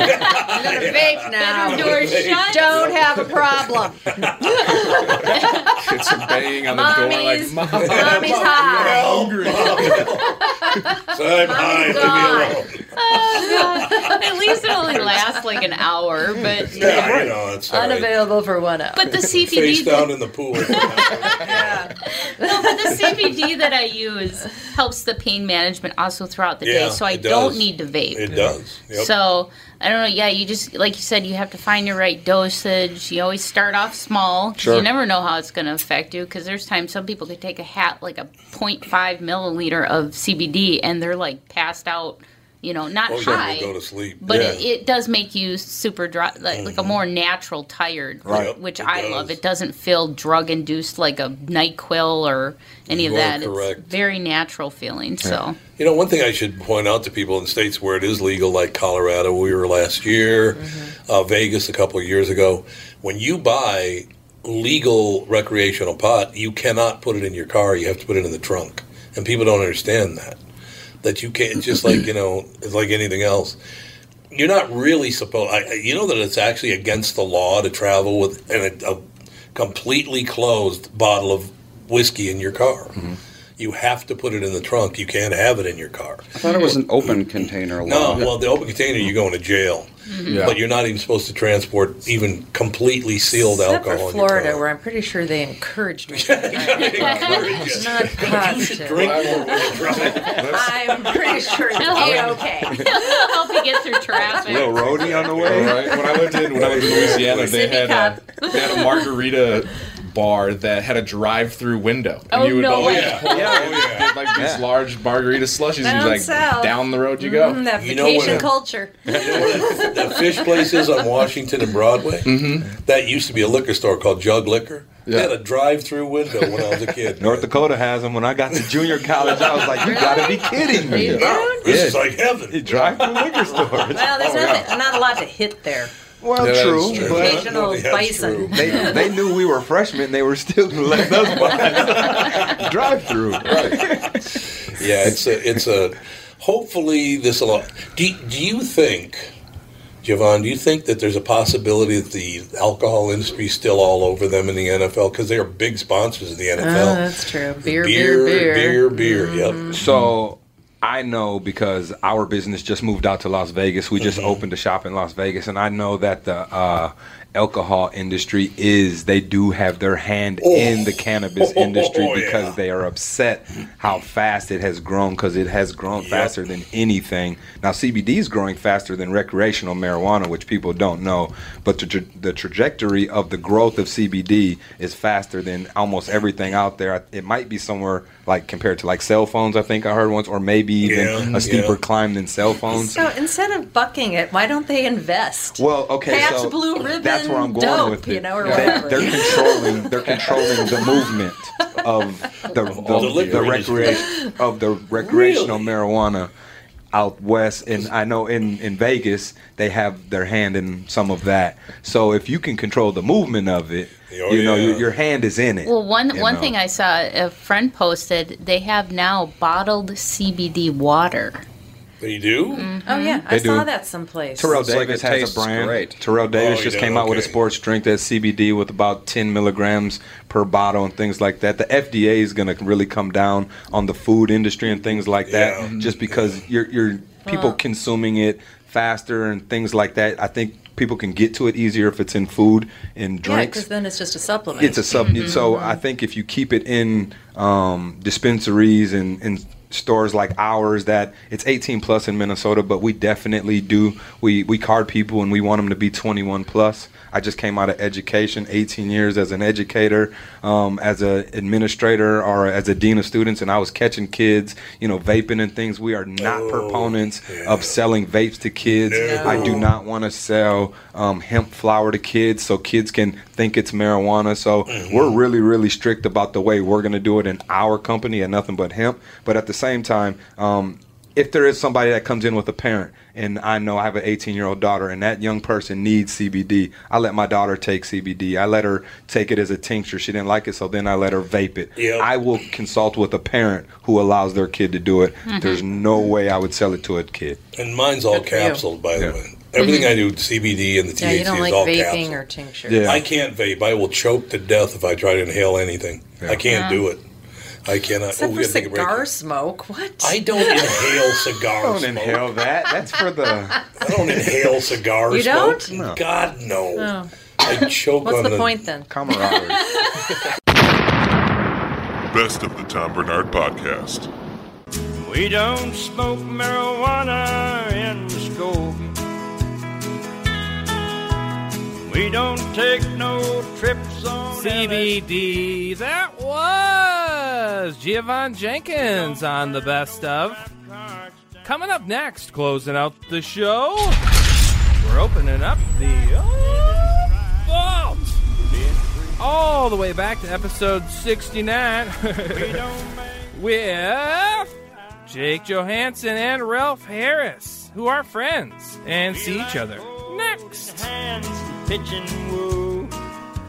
gonna vape now. Bedroom door shut. Don't have a problem. Get some banging on the door Mommy's- like, Mom, mommy's high. hungry. I'm high. Oh, God. At least it only lasts like an hour, but you know. Yeah, you know, it's all right. Unavailable for one hour. But the CBD Face down in the pool. No, but the CBD that I use helps the pain management also throughout the Yeah, day, so I it does. don't need to vape. It does. Yep. So I don't know. Yeah, you just like you said, you have to find your right dosage. You always start off small 'cause Sure. you never know how it's going to affect you. Because there's times some people could take a hat like a 0.5 milliliter of CBD and they're like passed out. You know, not oh, yeah, high, we'll go to sleep. but yeah. Mm-hmm. it, it does make you super dry, like, like a more natural tired, Right. like, which I love. It doesn't feel drug induced like a Nyquil or any You of are that. correct. It's very natural feeling. So You know, one thing I should point out to people in states where it is legal, like Colorado, we were last year, Mm-hmm. uh, Vegas a couple of years ago. When you buy legal recreational pot, you cannot put it in your car. You have to put it in the trunk, and people don't understand that. That you can't it's just like you know, it's like anything else. You're not really supposed. I, I- you know that it's actually against the law to travel with an, a completely closed bottle of whiskey in your car. You have to put it in the trunk. You can't have it in your car. I thought it was an open container. No, law. well, the open container, you're going to jail. Mhm. Yeah. But you're not even supposed to transport even completely sealed Except for alcohol. in your Florida, where I'm pretty sure they encouraged me. I'm not positive. I'm pretty sure it's okay. help you get through traffic. Little roadie on the way. When I lived in when I lived in Louisiana, they Sippy had a, they had a margarita bar that had a drive-through window. Oh, no oh, way. yeah, oh, yeah, Get, like these large margarita slushies. and Down like south. down the road you go. Mm, that You know vacation what- culture. car. That fish place is on Washington and Broadway. Mm-hmm. That used to be a liquor store called Jug Liquor. They had a drive-through window when I was a kid. North Dakota has them. When I got to junior college, I was like, you gotta be kidding me. No, this is like heaven. drive through liquor stores. Well, Oh, there's nothing, not a lot to hit there. Well, Yeah, that true. is true. Occasional Yeah, that's bison. true. They, they knew we were freshmen. They were still letting us drive through. Yeah, it's a, it's a. Hopefully, this will. Do Do you think, Javon? Do you think that there's a possibility that the alcohol industry is still all over them in the NFL because they are big sponsors of the Oh, NFL? that's true. Beer, beer, beer, beer. Mm-hmm. beer, beer. Yep. So I know because our business just moved out to Las Vegas. We Mm-hmm. just opened a shop in Las Vegas, and I know that the uh, alcohol industry is they do have their hand in the Oh, cannabis industry because they are upset how fast it has grown because it has grown faster than anything. Now CBD is growing faster than recreational marijuana, which people don't know, but the, tra- the trajectory of the growth of CBD is faster than almost everything out there. It might be somewhere like compared to like cell phones, I think I heard once, or maybe even Yeah, a steeper yeah. climb than cell phones. So instead of bucking it, why don't they invest? Well, okay, Pabst so Blue Ribbon that's where I'm going dope, with it. you know, or They- whatever. they're controlling. They're controlling the movement of the the, all the the, liquor industry. recreation of the recreational marijuana out west, and I know in in Vegas they have their hand in some of that. So if you can control the movement of it, Oh, you know your, your hand is in it. Well, one you one know. thing I saw a friend posted, they have now bottled CBD water. They do. Oh yeah, I They do. saw that someplace. Terrell It's like Davis it has tastes a brand. great. Terrell Davis Oh, he just does, came out with a okay. sports drink that's CBD with about 10 milligrams per bottle and things like that. The FDA is going to really come down on the food industry and things like that, just because you're, you're people Well- consuming it faster and things like that. I think people can get to it easier if it's in food and Yeah, drinks. because then it's just a supplement. Mm-hmm. It's a sub. So I think if you keep it in um, dispensaries and, and stores like ours, that it's 18 plus in Minnesota, but we definitely do. We we card people and we want them to be 21 plus. I just came out of education, 18 years as an educator, um, as an administrator, or as a dean of students, and I was catching kids, you know, vaping and things. We are not proponents of selling vapes to kids. I do not want to sell um, hemp flower to kids so kids can think it's marijuana. So we're really, really strict about the way we're going to do it in our company and nothing but hemp. But at the same time, um, if there is somebody that comes in with a parent and I know I have an 18 year old daughter and that young person needs CBD, I let my daughter take CBD. I let her take it as a tincture. She didn't like it, so then I let her vape it. I will consult with a parent who allows their kid to do it. Mhm. There's no way I would sell it to a kid. And mine's all for you. capsuled, by the way. Everything I do, CBD and the Mm-hmm. Yeah, THC you don't like is all vaping capsules. or tinctures. I can't vape. I will choke to death if I try to inhale anything. I can't Yeah. do it. I cannot. Uh-huh. Except oh, we for gotta take a break. cigar smoke. What? I don't inhale cigar Don't smoke. inhale that. That's for the. I don't inhale cigar You smoke. don't? No. God no. Oh. I choke What's on the point then? Camaraderie. Best of the Tom Bernard Podcast. We don't smoke marijuana in Muskogee. We don't take no trips on CBD. That was Giovanni Jenkins on the best of. Coming up next, closing out the show, we're opening up the oh, vault all the way back to episode 69 with Jake Johansson and Ralph Harris, who are friends and see each other. Next. Pigeon woo.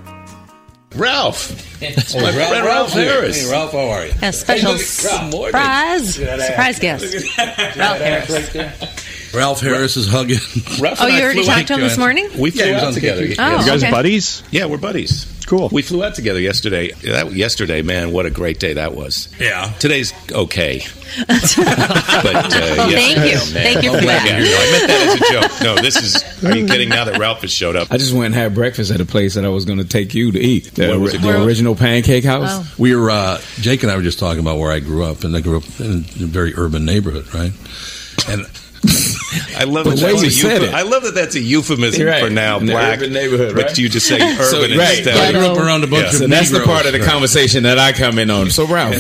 Ralph. It's Oh, my Ralph- Ralph's friend Ralph here. Harris. Hey, Ralph, how are you? A special surprise- surprise guest. Ralph Harris. Ralph Harris is hugging. Ralph and I flew out together. We flew yeah, out together. Oh, You guys okay. buddies? Yeah, we're buddies. Cool. We flew out together yesterday. That yesterday, man, what a great day that was. Yeah. Today's okay. but uh, Well, yeah. thank you. Thank you I'm for that. glad you're here. I meant that as a joke. No, this is. Are you kidding? Now that Ralph has showed up, I just went and had breakfast at a place that I was going to take you to eat. The, Where was it the called? original pancake house. Oh. We were uh, Jake and I were just talking about where I grew up, and I grew up in a very urban neighborhood, right? And I love The that way that's you a said euphemism. it. I love that that's a euphemism Right. for now In the black urban neighborhood, But right? you just say urban So, right. instead. I grew up around a bunch of so That's the part of the Negroes. conversation that I come in on. So Ralph,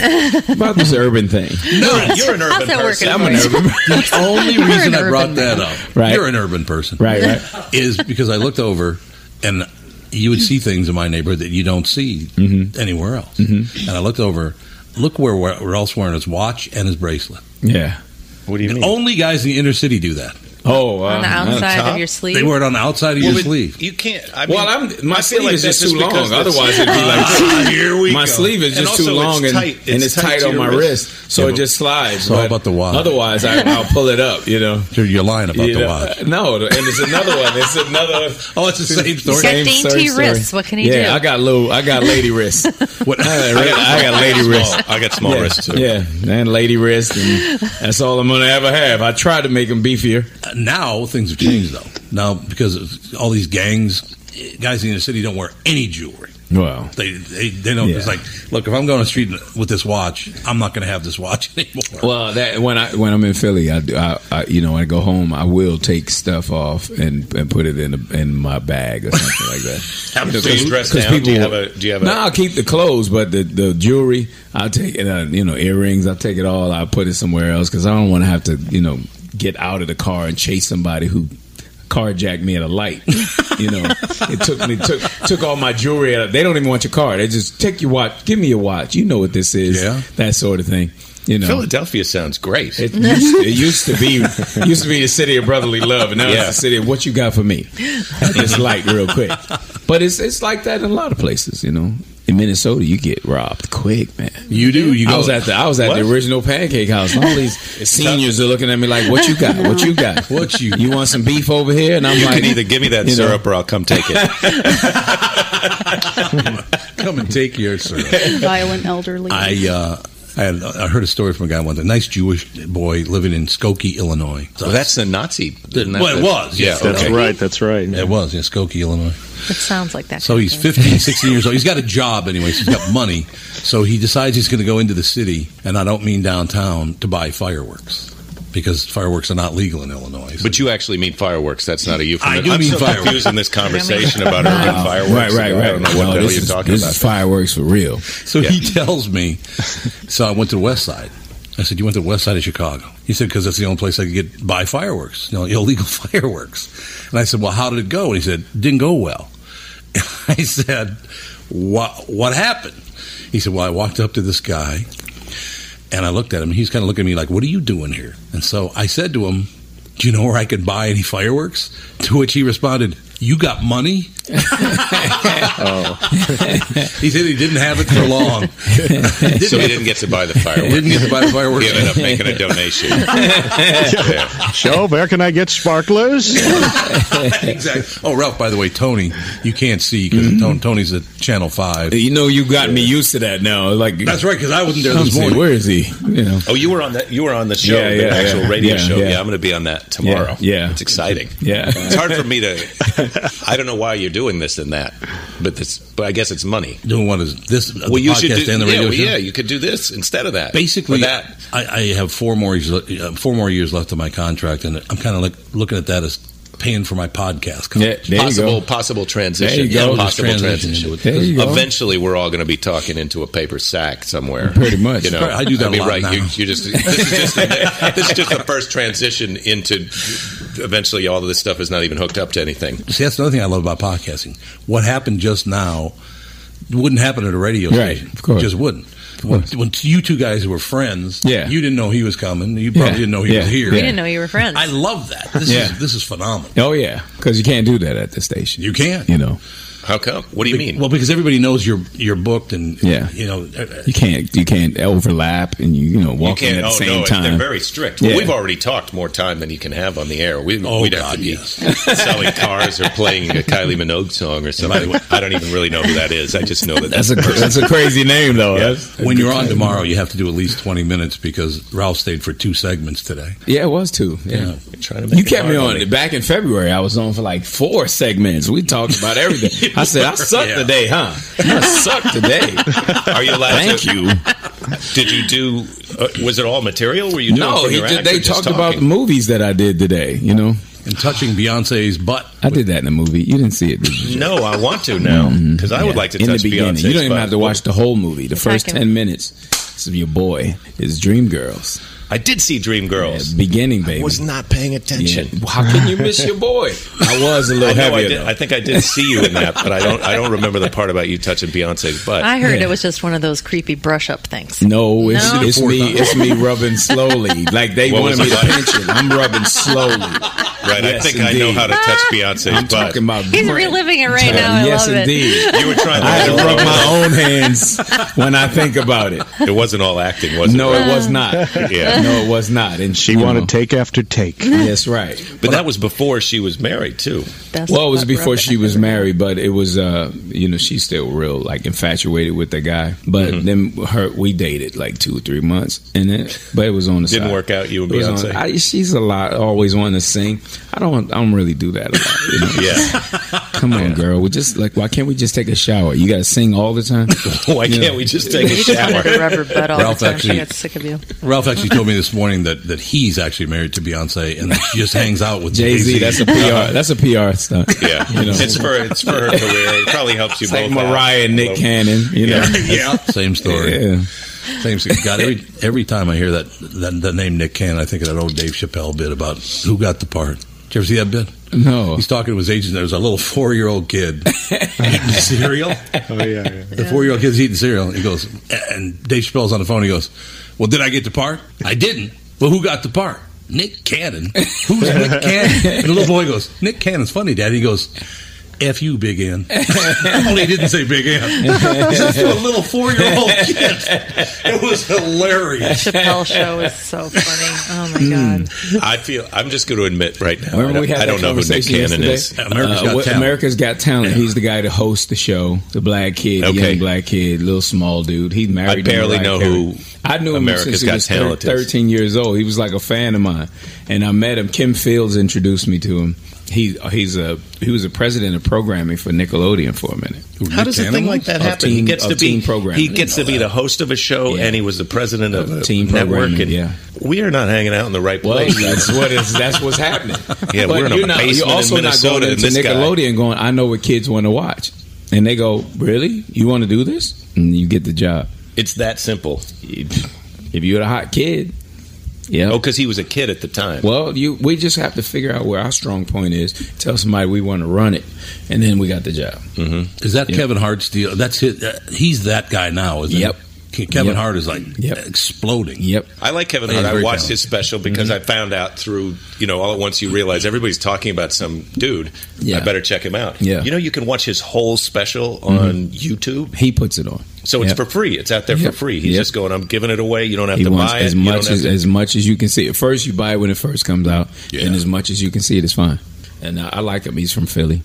about this urban thing. No, you're an urban person. I'm an urban. the only You're reason an I brought urban that man. up, Right. you're an urban person, Right, right. Is because I looked over and you would see things in my neighborhood that you don't see Mm-hmm. anywhere else. And I looked over, look where Ralph's wearing his watch and his bracelet. Yeah. What do you mean? Only guys in the inner city do that. Oh, On the outside of your sleeve. They wear it on the outside of Well, your but sleeve. You can't. I mean, Well, I'm my I feel sleeve like is just that's too long. because that's- Otherwise, it'd be like Ah, here we my go. sleeve is And just too also long and it's tight. and it's tight, to on your my wrist, so Yeah, it but just slides. it's all but about the watch. Otherwise, I, I'll pull it up. You know, You're, you're lying about You the know, watch. No, and it's another one. It's another. oh, it's the same story. Same Got dainty story. wrists. What can he yeah, do? I got little. I got lady wrists. What? I, got, I got lady Small. wrists. I got small yeah. wrists, too. Yeah, and lady wrists, and that's all I'm gonna ever have. I tried to make them beefier. now things have changed though. Now because of all these gangs, eh, guys in the city don't wear any jewelry. Well, They they, they don't. It's Yeah. like, look, if I'm going on the street with this watch, I'm not going to have this watch anymore. Well, that when I when I'm in Philly, I, do- I, I you know when I go home, I will take stuff off and, and put it in a, in my bag or something like that. How Because- so you dress because down? Do you have a- do you have a- No, I'll keep the clothes, but the, the jewelry, I'll take it. Uh, you know, earrings, I'll take it all. I'll put it somewhere else because I don't want to have to you know get out of the car and chase somebody who carjacked me at a light. You know, it took me took took all my jewelry. Out. They don't even want your car. They just take your watch. Give me your watch. You know what this is. Yeah, that sort of thing. You know, Philadelphia sounds great. it used, it used to be it used to be the city of brotherly love, and now it's Yeah. the city of what you got for me. I just like real quick, but it's it's like that in a lot of places, you know. In Minnesota, you get robbed quick, man. You do. You I go- was at the I was at the What? original pancake house. and All these It's seniors are looking at me like, "What you got? What you got? What you? You want some beef over here?" And I'm you like, can either give me that you know, syrup or I'll come take it. Come and take your sir. Violent elderly. I uh, I, had, I heard a story from a guy once, a nice Jewish boy living in Skokie, Illinois. Well, that's the Nazi. isn't that well, it the- was. Yeah, yes, that's okay. right, That's right. It was. Yeah, Skokie, Illinois. It sounds like that. So kind of he's thing. 15, 16 years old. He's got a job anyway. So he's got money. So he decides he's going to go into the city, and I don't mean downtown, to buy fireworks because fireworks are not legal in Illinois. But you actually mean fireworks. That's not a euphemism. I do am mean so fireworks. confused in this conversation about No. urban fireworks. Right, right, right. I don't know what No, the hell this you're is- talking this about. is fireworks for real. So he tells me. So I went to the West Side. I said, "You went to the West Side of Chicago?" He said, "Because that's the only place I could get buy fireworks, you know, illegal fireworks." And I said, "Well, how did it go?" And he said, "Didn't go well." I said, "What what happened?" He said, "Well, I walked up to this guy, and I looked at him. He's kind of looking at me like, "What are you doing here?" And so I said to him, "Do you know where I could buy any fireworks?" To which he responded, You got money? Oh. he said he didn't have it for long. so he didn't get to buy the fireworks. Didn't get to buy the fireworks. He ended up making a donation. Yeah. so, where can I get sparklers? exactly. Oh, Ralph. By the way, Tony, you can't see because Tony's at Channel Five. Mm-hmm. You know, you got me used to that now. Like that's right because I wasn't there this Something. morning. Where is he? You know. Oh, you were on that. You were on the show, Yeah, the yeah, actual yeah. radio Yeah, show. Yeah. yeah. I'm going to be on that tomorrow. Yeah, yeah. it's exciting. Yeah. it's hard for me to. I don't know why you're doing this and that, but this. But I guess it's money. Doing what is this? well, you should podcast do. and the yeah, radio well, show? yeah, you could do this instead of that. Basically, Or that. I, I have four more years, le- uh, four more years left of my contract, and I'm kind of like looking at that as paying for my podcast. coverage. possible possible transition. There you go. Possible Transition. transition. There you go. Eventually, we're all going to be talking into a paper sack somewhere. Pretty much. You know, I do that I'll be a lot right. now. You, you just this is just, the, this is just the first transition into. Eventually, all of this stuff is not even hooked up to anything. See, that's another thing I love about podcasting. What happened just now wouldn't happen at a radio Right, station. of course. Just wouldn't. When, course. when you two guys were friends, Yeah. you didn't know he was coming. You probably Yeah, didn't know he yeah, was here. We didn't know you were friends. I love that. This Yeah. is this is phenomenal. Oh yeah, because you can't do that at this station. You can. You know. How come? What do you mean? Well, because everybody knows you're you're booked, and Yeah. you know, uh, You can't. You can't overlap, and you you know walk in at the oh, same no, time. They're very strict. Well, Yeah. We've already talked more time than you can have on the air. We, Oh, we'd have God, to be selling cars or playing a Kylie Minogue song or something. I don't even really know who that is. I just know that That's a that person- that's a crazy name though. Yeah. That's- when you're on tomorrow, you have to do at least 20 minutes because Ralph stayed for two segments today. Yeah, it was two. Yeah, Trying to make you it kept me hard on it back in February. I was on for like four segments. We talked about everything. I said I suck Yeah. today, huh? I suck today. Are you allowed? Thank to, you. Did you do? Uh, was it all material? Were you doing? No, he finger did, act they or just talked about the talking? movies that I did today. You know, and touching Beyonce's butt. I did that in a movie. You didn't see it. Did you? No, I want to now because I would like to Mm-hmm. in touch the beginning. Beyonce's you don't even butt. have to watch the whole movie. The first Second. ten minutes of your boy is Dreamgirls. I did see Dreamgirls. Beginning, baby. was not paying attention. Yeah. How can you miss your boy? I was a I, little know I, heavier. did, though. I think I did see you in that, but I don't. I don't remember the part about you touching Beyonce's butt. I heard it was just one of those creepy brush up things. No, it's, No. it's me. It's me rubbing slowly. Like they What was wanted me it to like? pinch it. I'm rubbing slowly. Right, I Yes, think I know indeed. how to touch Beyonce's I'm butt. talking about. He's bread. reliving it right now. I yes, love indeed. it. You were trying. To I had to rub my own hands when I think about it. It wasn't all acting, was it? No, it was not. Yeah. No, it was not. And She you wanted know, take after take. That's right. But that was before she was married too. That's Well, it was not before rubbing. she was married, but it was uh, you know, she's still real like infatuated with the guy. But Mm-hmm. then her we dated like two or three months, and then but it was on the Didn't side. work out, you and It was on- Beyonce. I, she's a lot always wanting to sing. I don't I don't really do that. A lot, you know? Yeah. Come on, girl. We just like why can't we just take a shower? You got to sing all the time. Why You know? can't we just take a You just wanted shower? to rub her butt all Ralph the time. actually- she got sick of you. Ralph actually told me this morning that, that he's actually married to Beyonce and that she just hangs out with Jay Z. That's a PR. That's a PR stunt. Yeah, You know. it's for it's for her career. It probably helps you It's like both. out. Mariah and Nick Cannon. You know. Yeah, yeah. Same story. Yeah. Same story. God, every, every time I hear that, that that name Nick Cannon, I think of that old Dave Chappelle bit about who got the part. Did you ever see that bit? No. He's talking to his agent. There's a little four year old kid eating cereal. Oh, yeah, yeah. The four year old kid's eating cereal. He goes, and Dave Chappelle's on the phone. He goes, Well, did I get the part? I didn't. Well, who got the part? Nick Cannon. Who's Nick Cannon? And the little boy goes, Nick Cannon's funny, Daddy. He goes, F you, Big N. Only he didn't say Big N. Just to a little four year old kid. It was hilarious. Chappelle show is so funny. Oh my god. I feel I'm just going to admit right now. I Mm. Remember don't, we had I that don't know who Nick conversation Cannon yesterday? is. America's Uh, Got what- Talent. America's Got Talent. He's the guy that hosts the show. The black kid, the Okay. young black kid, little small dude. He's married. I barely to Mariah know Carey. who I knew him America's since he Got was thir- Talent is. thirteen years old. He was like a fan of mine, and I met him. Kim Fields introduced me to him. He he's a he was a president of programming for Nickelodeon for a minute. How does a thing like that Of happen? he teen- gets to of be teen programming. he gets to be the host of a show, Yeah. and he was the president of a Teen network. programming, And yeah. we are not hanging out in the right Well, place. that's what is that's what's happening. Yeah, we're in a you're not- basement You're in also not Minnesota going and into this guy- Nickelodeon going. I know what kids want to watch, and they go, "Really? You want to do this?" And you get the job. it's that simple. If you're a hot kid, yeah. Oh, because he was a kid at the time. Well, you we just have to figure out where our strong point is. Tell somebody we want to run it, and then we got the job. hmm Is that Yeah. Kevin Hart's deal? That's his, uh, he's that guy now, isn't Yep. it? Kevin Yep. Hart is like exploding. Yep. I like Kevin He's Hart. I very watched talented. his special because Mm-hmm. I found out through, you know, all at once you realize everybody's talking about some dude. Yeah. I better check him out. Yeah. You know, you can watch his whole special on YouTube. Mm-hmm. He puts it on. So it's Yep. for free. It's out there Yep. for free. He's Yep. just going, I'm giving it away. You don't have he to wants buy as it. You much don't as, have to- as much as you can see. At first, you buy it when it first comes out, and as much as you can see it is fine. And I, I like him. He's from Philly.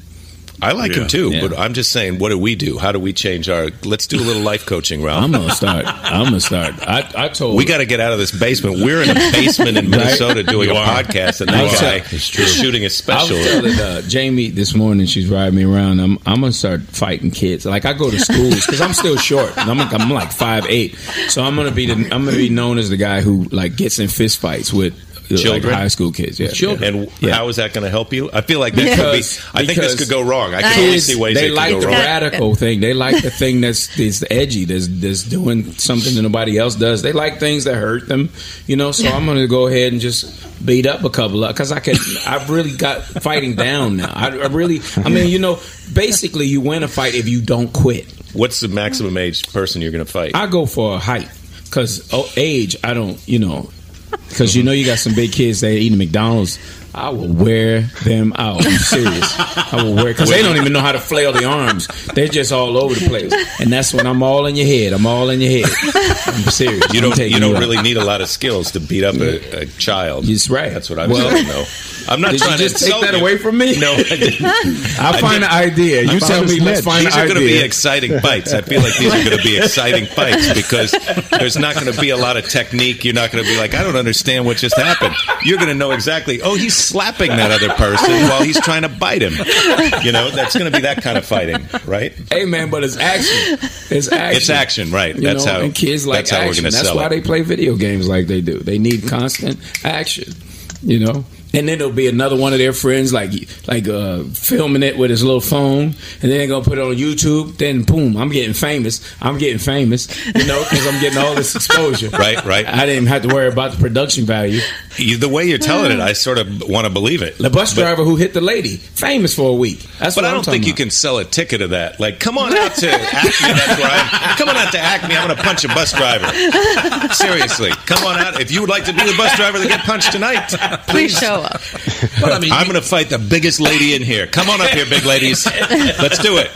I like Yeah. him too, Yeah. but I'm just saying, what do we do? How do we change our? Let's do a little life coaching, Ralph. I'm gonna start. I'm gonna start. I, I told we got to get out of this basement. We're in a basement in Right? Minnesota doing a You are. podcast, and You that are. guy It's true. is shooting a special. I was telling uh, Jamie this morning. She's riding me around. I'm I'm gonna start fighting kids. Like I go to schools because I'm still short. I'm like, I'm like five eight, so I'm gonna be the, I'm gonna be known as the guy who like gets in fist fights with uh, Children? like, high school kids. Yeah, Children. And how is that going to help you? I feel like that Because- could be. I think this because could go wrong. I can kids, only see ways they it like could the go wrong. radical thing. They like the thing that's that's edgy. That's that's doing something that nobody else does. They like things that hurt them. You know. So I'm going to go ahead and just beat up a couple of because I could. I've really got fighting down now. I, I really. I mean, you know, basically, you win a fight if you don't quit. What's the maximum age person you're going to fight? I go for a height because oh, age. I don't. You know. Because you know you got some big kids that eating McDonald's. I will wear them out. I'm serious. I will wear because they don't even know how to flail the arms. They're just all over the place, and that's when I'm all in your head. I'm all in your head. I'm serious. You I'm don't. taking You don't out. really need a lot of skills to beat up a, a child. That's right. That's what I'm Well- saying. Though I'm not Did you trying just to take insult that you. away from me? No, I didn't. I find did- an idea. You tell me. Let's find These an are going to be idea. exciting fights. I feel like these are going to be exciting fights because there's not going to be a lot of technique. You're not going to be like, I don't understand what just happened. You're going to know exactly. Oh, he's slapping that other person while he's trying to bite him. You know, that's going to be that kind of fighting, right? Hey man, but it's action. It's action. It's action, right? You that's know, how. and kids like that's how we're action. going to That's sell why it. they play video games like they do. They need constant action, you know. And then there'll be another one of their friends like like uh, filming it with his little phone, and then they're gonna put it on YouTube. Then boom, I'm getting famous. I'm getting famous, you know, because I'm getting all this exposure. Right, right. I didn't have to worry about the production value. Ah. You- the way you're telling it, I sort of want to believe it. The bus But- driver who hit the lady, famous for a week. That's but what I I'm don't talking think you about. can sell a ticket of that. Like, come on out to Acme. That's where I'm. Come on out to Acme. I'm going to punch a bus driver. Seriously, come on out. If you would like to be the bus driver that get punched tonight, please show up. But I mean, I'm going to fight the biggest lady in here. Come on up here, big ladies. Let's do it.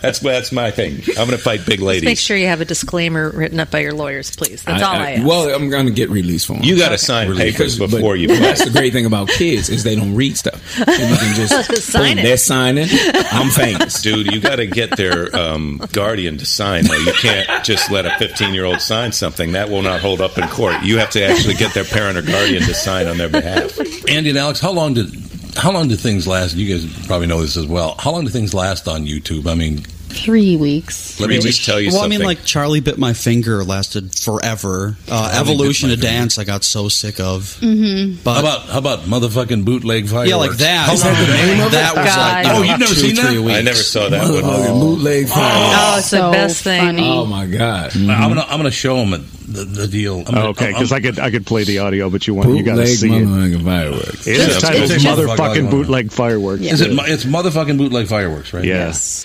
That's that's my thing. I'm going to fight big Just make ladies. sure you have a disclaimer written up by your lawyers, please. That's all I, ask. Well, I'm going to get released for 'em. You gotta sign papers Because- before but you play. That's the great thing about kids is they don't read stuff. And you can just Sign boom, it. They're signing. I'm famous. Dude, you got to get their um, guardian to sign. Though. You can't just let a 15 year old sign something. That will not hold up in court. You have to actually get their parent or guardian to sign on their behalf. Andy and Alex, how long did how long do things last? You guys probably know this as well. How long do things last on YouTube? I mean, Three weeks. Let me just tell you well, I mean, something. like Charlie bit my finger lasted forever. Uh, Charlie Evolution Bit of dance, I got so sick of. Mm-hmm. But how about how about motherfucking bootleg fireworks? Yeah, like that. How long did That they- was like, God. you know, oh, you've never two, seen three that? weeks. I never saw that one. Bootleg fireworks. oh, it's the best thing. Oh my god! I'm gonna I'm gonna show them the, the deal. I'm gonna- Okay, because I I'm- could I could play the audio, but you want you got to Bootleg see motherfucking fireworks. it. It is Just- titled just- "Motherfucking Bootleg Fireworks." Is it? mo- It's motherfucking bootleg fireworks, right? Yeah. Yes.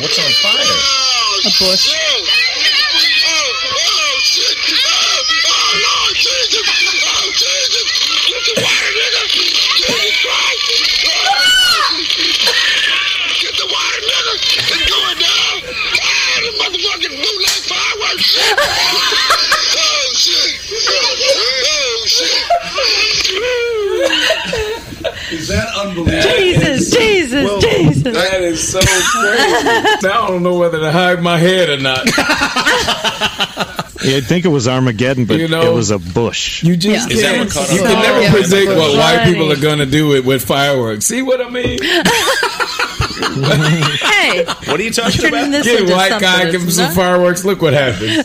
What's on fire? A bush. Is that unbelievable? Jesus, Jesus, Jesus. That is Oh, so crazy. Now I don't know whether to hide my head or not. You'd think it was Armageddon, but You know- it was a bush. You Yeah. just Is that can't. what caught You on? can never Yeah. predict what white Funny. people are going to do it with fireworks. See what I mean? hey, What are you talking Turning about? this Get into white guy, something give him that's some not- fireworks. Look what happened.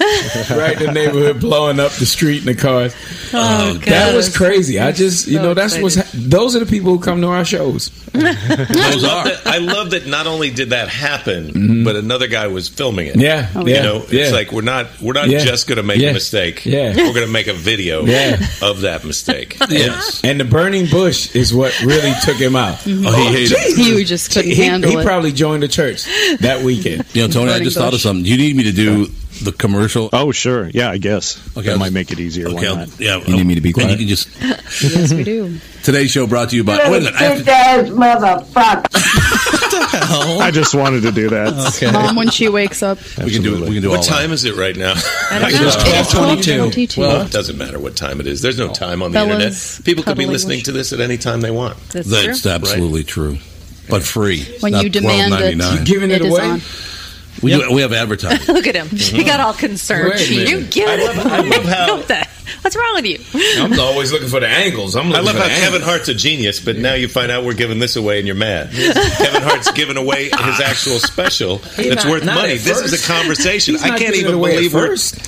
right in the neighborhood, blowing up the street and the cars. Um, Oh, God. that was crazy. I just, you so know, that's what's. Ha- those are the people who come to our shows. I love that. I love that. Not only did that happen, but another guy was filming it. Mm-hmm. Yeah, Oh, yeah, you know, it's yeah. like we're not we're not Yeah, just going to make yeah, a mistake. yeah. we're going to make a video Yeah. of that mistake. Yes. And the burning bush is what really took him out. Mm-hmm. Mhm. Oh, he hated it. Jesus. He just couldn't he, handle he it. probably joined the church that weekend. You know, Tony, I just thought of something. Do you need me to do the commercial? Oh, sure. Yeah, I guess. Okay, that might make it easier. Why Okay, I'll- not? yeah, you need me to be quiet. You just yes, we do. today's show brought to you by. Wait a minute, I have to- ass motherfucker. I just wanted to do that. Mom, when she wakes up, we can do it. We can do what all time is it right now? I don't know. It's 12:22. Well, it doesn't matter what time it is. There's Oh. no time on the Fellas, internet. People could be cuddling listening to this at any time they want. That's That's true. absolutely true, but free. When not you demand it, $12.99. You're giving it it is away? on. We, do- we have advertising. Look at him. She got all concerned. Wait a minute. You give it away. What the- What's wrong with you? I'm always looking for the angles. I'm I looking love for how the Kevin Hart's a genius, but now you find out we're giving this away and you're mad. Kevin Hart's giving away his actual special He's that's not- worth not money. at This is first. a conversation. He's I not can't giving it even away believe at we're first.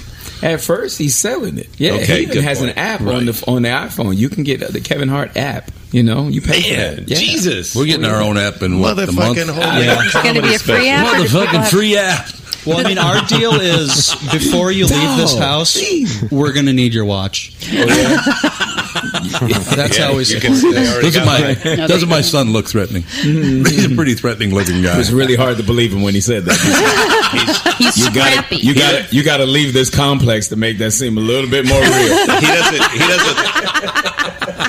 At first, he's selling it. Yeah, Okay, he even good has an point. app on the on the iPhone. You can get the Kevin Hart app. You know, you pay for Man, it. Yeah. Jesus. We're getting our own app in what, the month? Motherfucking whole Yeah. It's going to be a free app. or do people Motherfucking have- free app. Well, I mean, our deal is before you leave this No. house, we're going to need your watch. That's how we you support can- they this. already Doesn't got my mine. No, doesn't they- my son look threatening? He's a pretty threatening looking Mm-hmm. It guy. was really hard to believe him when he said that. He's You got scrappy. to you got to you got to leave this complex to make that seem a little bit more real. He doesn't. He doesn't.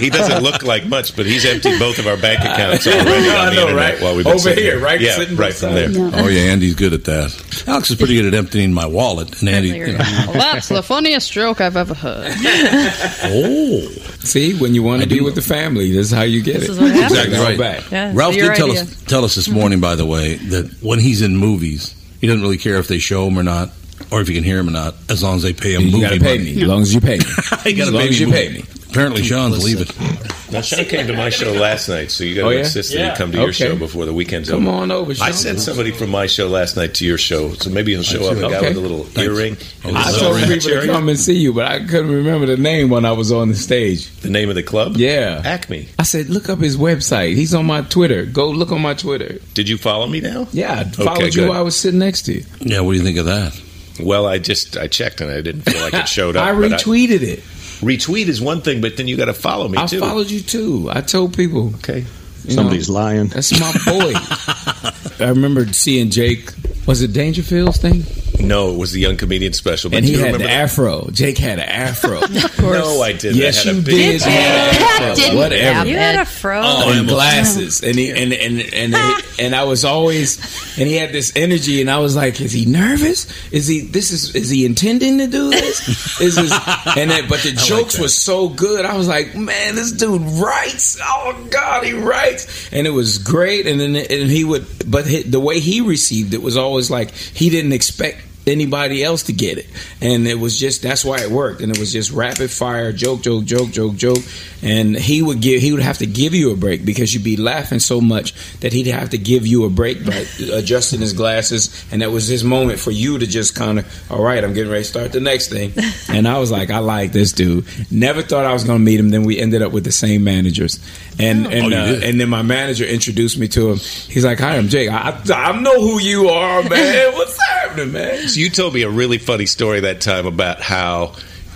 He doesn't look like much, but he's emptied both of our bank accounts already I on the know, internet right? while we've been Over sitting here, right? Yeah, Sitting right from there. beside No. Oh yeah, Andy's good at that. Alex is pretty good at emptying my wallet, and Andy. You know, Well, that's the funniest joke I've ever heard. oh, See, when you want to be with the family, this is how you get it. This is what happens. exactly Go right. back. Yeah, Ralph your Mm-hmm. did tell idea. us tell us this morning, by the way, that when he's in movies, he doesn't really care if they show him or not, or if you can hear him or not, as long as they pay him You movie gotta pay me money. as long as you pay me. They gotta as long pay as me you movie. pay me. Apparently, Sean, believe it. Now, Sean came to my show last night, so you got to Oh, yeah? insist that Yeah. he come to your Okay. show before the weekend's Come over. on over, I Sean. sent somebody from my show last night to your show, so maybe he'll show up. A guy Okay. with a little earring. and a I little told ring. people to come and see you, but I couldn't remember the name when I was on the stage. The name of the club? Yeah. Acme. I said, look up his website. He's on my Twitter. Go look on my Twitter. Did you follow me now? Yeah, I followed you good. while I was sitting next to you. Yeah, what do you think of that? Well, I just I checked and I didn't feel like it showed up. I but retweeted it. retweet is one thing, but then you got to follow me I too. followed you too. I told people. Okay. you Somebody's know, lying. That's my boy. I remember seeing Jake. Was it Dangerfield's thing? No, it was the young comedian special. But And do he you had remember the afro. Jake had an afro. No, I didn't. Yes, I had a you big did. afro. Yeah. Didn't Whatever. have You it. had a fro. Oh, and glasses, and he and and and he- and I was always, and he had this energy, and I was like, is he nervous? Is he this is is he intending to do this? Is this, and then, but the jokes were so good, I was like, man, this dude writes. Oh God, he writes, and it was great. And then and he would, but he, the way he received it was always like he didn't expect. Anybody else to get it, and it was just that's why it worked, and it was just rapid fire joke, joke, joke, joke, joke, and he would give he would have to give you a break because you'd be laughing so much that he'd have to give you a break by adjusting his glasses and that was his moment for you to just kind of all right i'm getting ready to start the next thing and i was like i like this dude never thought i was going to meet him then we ended up with the same managers and and Oh, you uh, did? and then my manager introduced me to him he's like hi i'm jake i, I I know who you are man what's happening man So you told me a really funny story that time about how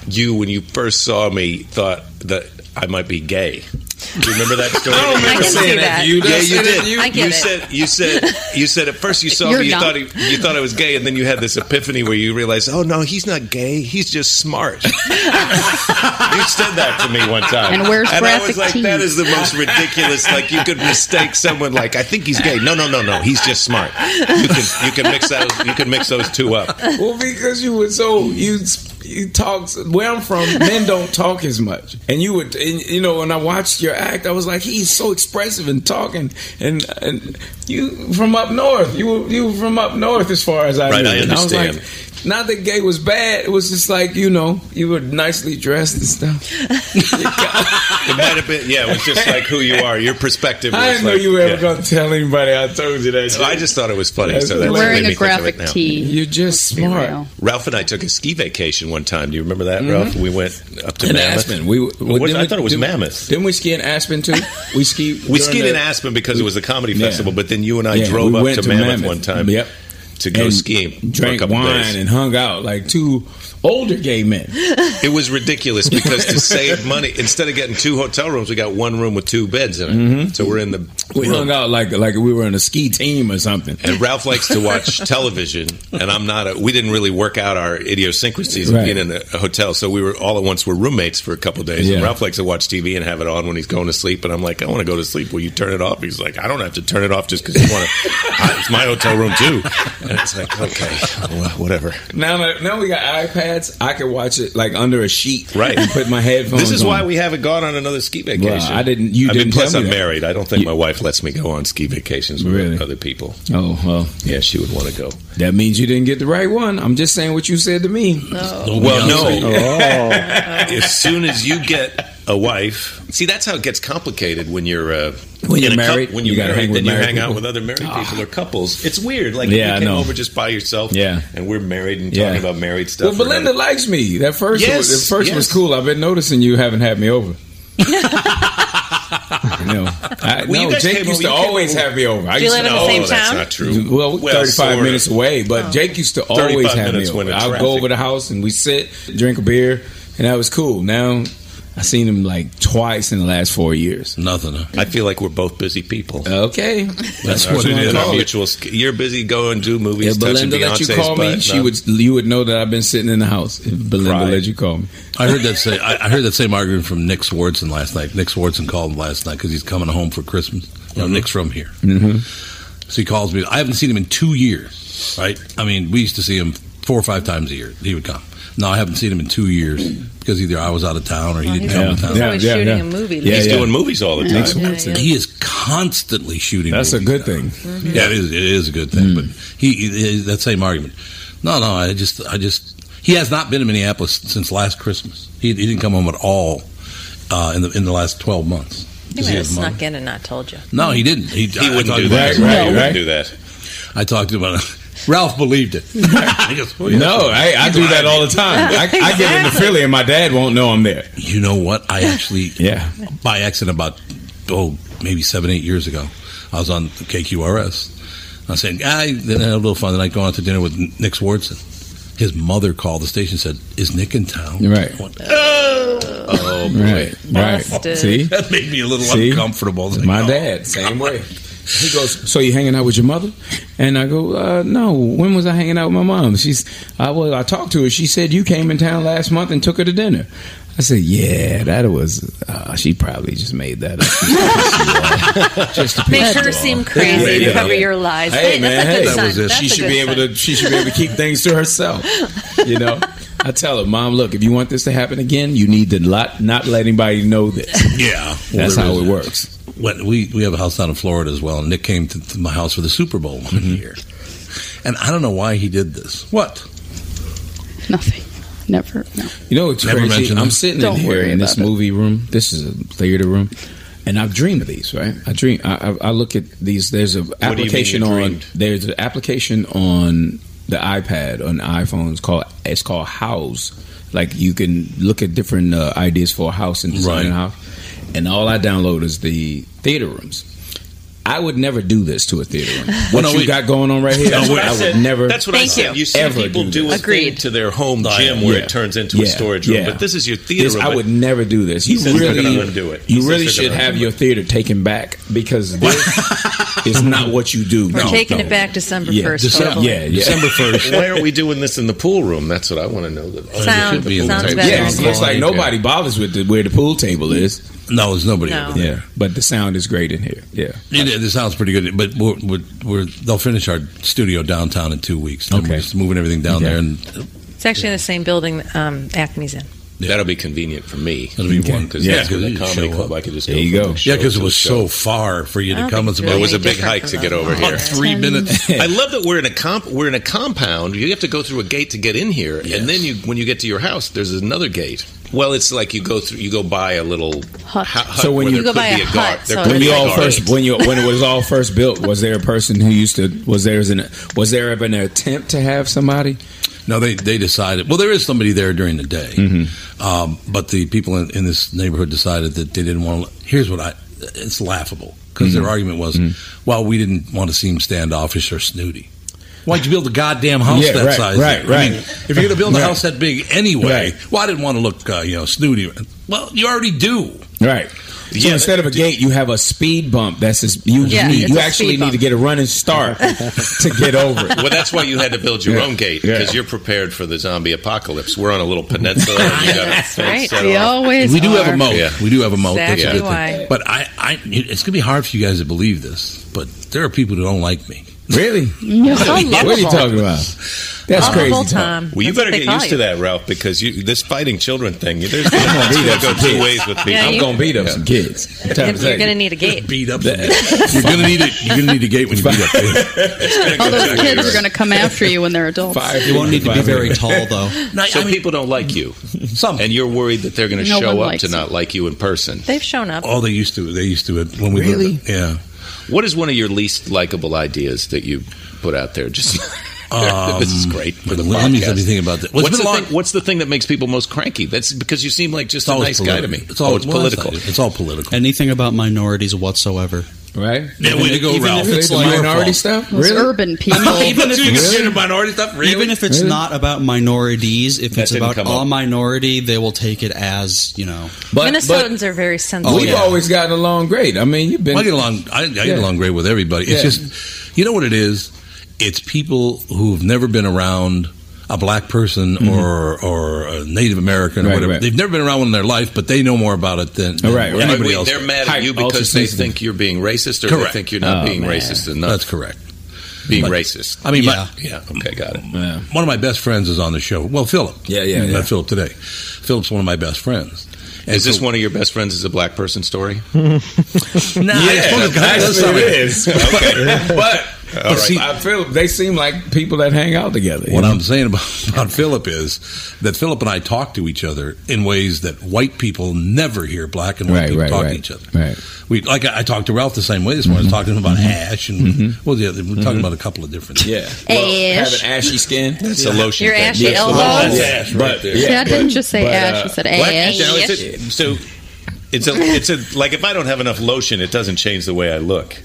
you, when you first saw me, thought that I might be gay. Do you remember that story? I don't remember I can Oh, saying see that. that. You yeah, just you said it. did. You- You, I get it. said you said you said at first you saw You're me, you dumb. thought he, you thought I was gay, and then you had this epiphany where you realized, oh no, he's not gay. He's just smart. you said that to me one time, And wears and I was graphic like, that tees. is the most ridiculous. Like you could mistake someone like I think he's gay. No, no, no, no. He's just smart. You can you can mix those you can mix those two up. well, because you were so you you talk where I'm from, men don't talk as much, and you would and, you know. When I watched your act, I was like, he's so expressive and talking, and and you from up north, you were, you were from up north as far as I Right, knew. I And I was understand. like, Not that gay was bad. It was just like you know, you were nicely dressed and stuff. It might have been, yeah. It was just like who you are, your perspective. I was didn't know like- you were ever yeah. going to tell anybody. I told you that. I just thought it was funny. So that's Wearing made a me think of it graphic now. tee. You're just smart. Ralph and I took a ski vacation one time. Do you remember that, Mhm. Mm-hmm. Ralph? We went up to In Mammoth. Aspen. We, What was- I thought it was didn't- Mammoth. Didn't we ski in Aspen too? We ski. We during skied the- in Aspen because it was the comedy Yeah. festival, but then you and I Yeah, drove we up went to, to Mammoth, Mammoth. one time. Yep. To go and skiing, drank for a couple wine, days. and hung out like two older gay men. It was ridiculous because to save money, instead of getting two hotel rooms, we got one room with two beds in it. Mhm. So we're in the We hung out like like we were on a ski team or something. And Ralph likes to watch television, and I'm not. A, we didn't really work out our idiosyncrasies of Right. being in a, a hotel, so we were all at once. We're roommates for a couple of days. Yeah. And Ralph likes to watch TV and have it on when he's going to sleep, and I'm like, I want to go to sleep. Will you turn it off? He's like, I don't have to turn it off just because you want to. it's my hotel room too, and it's like, okay, well, whatever. Now, that- now we got iPads. I could watch it like under a sheet, Right. And put my headphones. This is why on. we haven't gone on another ski vacation. Well, I didn't. You I mean, didn't. plus tell me I'm that. married. I don't think my wife lets me go on ski vacations with Really? other people. Oh well, yeah, she would want to go. That means you didn't get the right one. I'm just saying what you said to me. Well, no. Oh. as soon as you get a wife, see that's how it gets complicated when you're uh, When you're in a coup- married, when you you're gotta hang married, with then you married hang out people. with other married people or couples. It's weird. Like Yeah, I if you came know. over just by yourself. Yeah. and we're married and Yeah. talking about married stuff. Well, or Belinda another- likes me. That first, Yes, was, that first was yes. cool. I've been noticing you haven't had me over. no, I, Well, you no guys Jake came used over- to you came always over- have me over. I Do you used live to, in the No, same that's town? Oh. not true. Well, Well, thirty-five sorta. minutes away, but Jake used to 35 always have me minutes when over. in I'll traffic. go over the house and we sit, drink a beer, and that was cool. Now I seen him like twice in the last four years. Nothing. I feel like we're both busy people. Okay, That's what it is. Oh, Our mutual sk- You're busy going do movies. If Belinda touching let you Beyonce's call me, butt. she No. would. You would know that I've been sitting in the house. If Belinda let you call me, I heard that say. I I heard that same argument from Nick Swardson last night. Nick Swardson called him last night because he's coming home for Christmas. You Mm-hmm. know, Mhm. Nick's from here, so he calls me. I haven't seen him in two years. Right? I mean, we used to see him four or five times a year. He would come. No, I haven't seen him in two years because either I was out of town or he didn't Oh, he's come always- to town. he's always Yeah, yeah, shooting yeah. a movie Yeah, lately. yeah. Yeah, Nick yeah, Swardson. yeah. He is constantly shooting. That's a movies good thing. Hmm. now. Yeah, it is. It is a good thing. But he, he that same argument. No, no. I just, I just. He has not been in Minneapolis since last Christmas. He, he didn't come home at all uh, in the in the last twelve months. He Does might he have have money? snuck in and not told you. No, he didn't. He, He wouldn't talked do about that. it. Right, He wouldn't right. do that. I talked about it. Ralph believed it. He goes, "Well, yeah." Oh, No, I, I do that all the time. I, I get into Philly and my dad won't know I'm there. You know what? I actually, yeah, by accident, about oh maybe seven eight years ago, I was on KQRS. I was saying, I then I had a little fun. Then I go out to dinner with Nick Swardson. His mother called the station and said, "Is Nick in town?" Right. I went, oh, boy. Right, right. Busted. See? that made me a little See? uncomfortable. It's like, My oh, dad, same way. He goes, so you hanging out with your mother? And I go, uh, no. When was I hanging out with my mom? She's, I was, I talked to her. She said you came in town last month and took her to dinner. I said, yeah, that was. Uh, she probably just made that up. just to Make piss her you off. seem crazy. Yeah. Cover your lies. Hey, that's a man, good hey, sign. that was it. That's she a should good be able sign. to. She should be able to keep things to herself. You know, I tell her, Mom, look, if you want this to happen again, you need to not not let anybody know this. Yeah, that's Well, how there it is- works. When we we have a house down in Florida as well, and Nick came to, to my house for the Super Bowl one Mm-hmm. year, and I don't know why he did this. What? Nothing. Never. No. You know what's Never crazy? mentioned I'm them. sitting Don't in here worry in this about it. movie room. This is a theater room, and I've dreamed of these. Right? I dream. I, I, I look at these. There's an you mean application you on. dreamed? There's an application on the iPad on iPhones called. It's called House. Like you can look at different uh, ideas for a house and design Right. a house. And all I download is the theater rooms. I would never do this to a theater room. What no, you wait. got going on right here, No, wait. I would never. That's what I said. You, see ever people do, a thing Agreed. to their home gym where Yeah. it turns into a Yeah. storage room, Yeah. but this is your theater This- room. I but would never do this. He You says they're really, gonna undo it. He You says really they're should gonna have undo your theater taken back because this is not what you do. We're No, taking no. it back December Yeah, 1st. December- totally. yeah, yeah. December first. Why aren't we doing this in the pool room? That's what I want to know. The- oh, it Sound- should be in the sounds type- better. Yeah, it looks like nobody bothers with the, where the pool table is. No, there's nobody No. over there. Yeah, but the sound is great in here. Yeah. It, it sounds pretty good, but we're, we're, we're, they'll finish our studio downtown in two weeks. Then We're just moving everything down Okay. there, and It's actually in the same building um, Acme's in. That'll be convenient for me. That'll be one. because Yeah, yeah, because 'cause the you comedy show club, up. I could just There go you from go. the Yeah, show 'cause it to was show. so far for you to I don't come. It's think about- It was a big really hike to different get from over about here. three minutes. I love that we're in a comp. We're in a compound. You have to go through a gate to get in here, and then you, when you get to your house, there's another gate. Well, it's like you go through. You go by a little hut. hut So when where you- there You go could by be a guard. hut, there when could be you a all guard. first when you when it was all first built, was there a person who used to was there an was there ever an attempt to have somebody? No, they they decided. Well, there is somebody there during the day, Mm-hmm. um, but the people in, in this neighborhood decided that they didn't want. to... Here's what I. It's laughable because Mhm. their argument was, well, we didn't want to seem standoffish or snooty. Why'd you build a goddamn house Yeah, that right, size? right, I right. mean, if you're going to build a Right. house that big anyway, Right. well, I didn't want to look, uh, you know, snooty. Well, you already do. Right. So instead of a gate, you have a speed bump. That's just, you Yeah, need, it's you a actually speed need to get a running start to get over it. Well, that's why you had to build your Yeah. own gate because you're prepared for the zombie apocalypse. We're on a little peninsula. And you got That's fence right. set We off. always we do have are. a moat. Yeah. We do have a moat. That's Exactly a good why. thing. But I, I, it's going to be hard for you guys to believe this, but there are people who don't like me. Really? No, What are you lovable. talking about? That's Lovable crazy talk. Tom. Well, you That's what better they get call used to you. that, Ralph, because you this fighting children thing. There's beat it's gonna up go some two kids. ways with me. Yeah, I'm you- gonna beat up some kids. You're going to need a gate. beat up. you're going to need it. You're going to need a gate when you beat up. All those kids are going to come after you when they're adults. You won't need to be very tall, though. so people don't like you, some, and you're worried that they're going to No show one up likes to you. not like you in person. They've shown up. Oh, they used to. They used to it when we Really? lived. Yeah. What is one of your least likable ideas that you put out there? Just this is Um, great for the let me- podcast. let me think about that. Well, it's What's the, been a long- thing, what's the thing that makes people most cranky? That's because you seem like just a nice guy to me. It's all oh, it's well, political. It's, it's all political. Anything about minorities whatsoever. Right? Yeah, way to go, Even Ralph. if it's It's like- minority stuff? Those Really? urban people. even if Really? it's minority stuff, really? Even if it's Really? not about minorities, if That it's didn't about come all up. minority, they will take it as you know. Minnesotans are Oh, very sensitive. We've always gotten along great. I mean, you've been. I get along. I, I Yeah. get along great with everybody. It's Yeah. just, you know what it is. It's people who've never been around a black person Mhm. or or a Native American or Right, whatever. right. They've never been around one in their life, but they know more about it than, than Right, right. Yeah, anybody wait, else. they're mad at you because they think you're being racist, or Correct. they think you're not Oh, being man. racist enough. That's correct. Being But- racist. I mean, yeah, my- yeah. Okay, got it. Mm-hmm. One of my best friends is on the show. Well, Philip. Yeah, yeah, I yeah. met Philip today. Philip's one of my best friends. Is this one of your best friends? Is a black person story? Nah, Yeah, that's what it is. Okay. but All right. see, I feel they seem like people that hang out together. What I'm saying about, about Philip is that Philip and I talk to each other in ways that white people never hear black and white Right, people right, talk right. Mm-hmm. to each other. Right. We like I, I talked to Ralph the same way this morning. I was talking to him about ash and well, yeah, we're talking about a couple of different. Mm-hmm. Yeah, Ash. Have an ashy skin. That's a lotion Your thing. ashy elbows. That's ash right But- uh, there. See, I didn't just say ash. I said What? ash. Now, is it- so it's a it's a like if I don't have enough lotion, it doesn't change the way I look.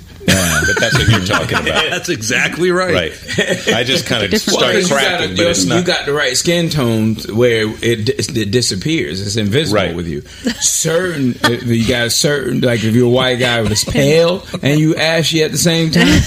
But that's what you're talking about, That's exactly right. right? I just kind of Well, start you got a- cracking, but it's you not. got the right skin tone where it, di- it disappears. It's invisible with you. Certain, if you got a certain like if you're a white guy that's pale and you ashy at the same time.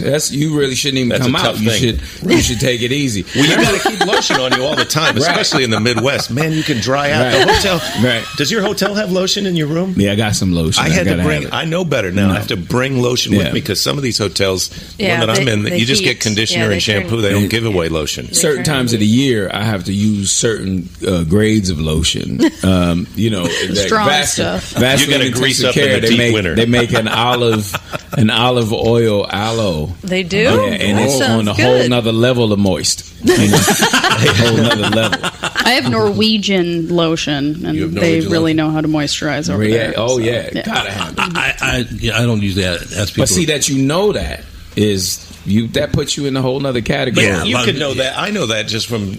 That's you really shouldn't even That's a come tough out. You thing. should you should take it easy. Well, you got to keep lotion on you all the time, Right. especially in the Midwest. Man, you can dry out Right. the hotel. Right. Does your hotel have lotion in your room? Yeah, I got some lotion. I had to gotta have bring. it. I know better now. I have to bring lotion Yeah. with me because some of these hotels, the Yeah, one that I'm they- in, they you just heat. get conditioner Yeah, they and shampoo. turn- They don't give away lotion. certain times of the year I have to use certain uh, grades of lotion. Um, you know, that Strong Vaseline- stuff. Vaseline You gotta Intensive grease up in Care, the they deep make, winter. They make an olive, an olive oil aloe. They do? Oh, Yeah, and That it's sounds on a whole good. nother level of moist. You know, a whole nother level. I have Norwegian lotion, and You have they Norwegian really know how to moisturize over Yeah, there. oh so, yeah, gotta yeah. have. It. I I, yeah, I don't usually ask people. But see that you know that is you that puts you in a whole nother category. Yeah, you could know that. I know that just from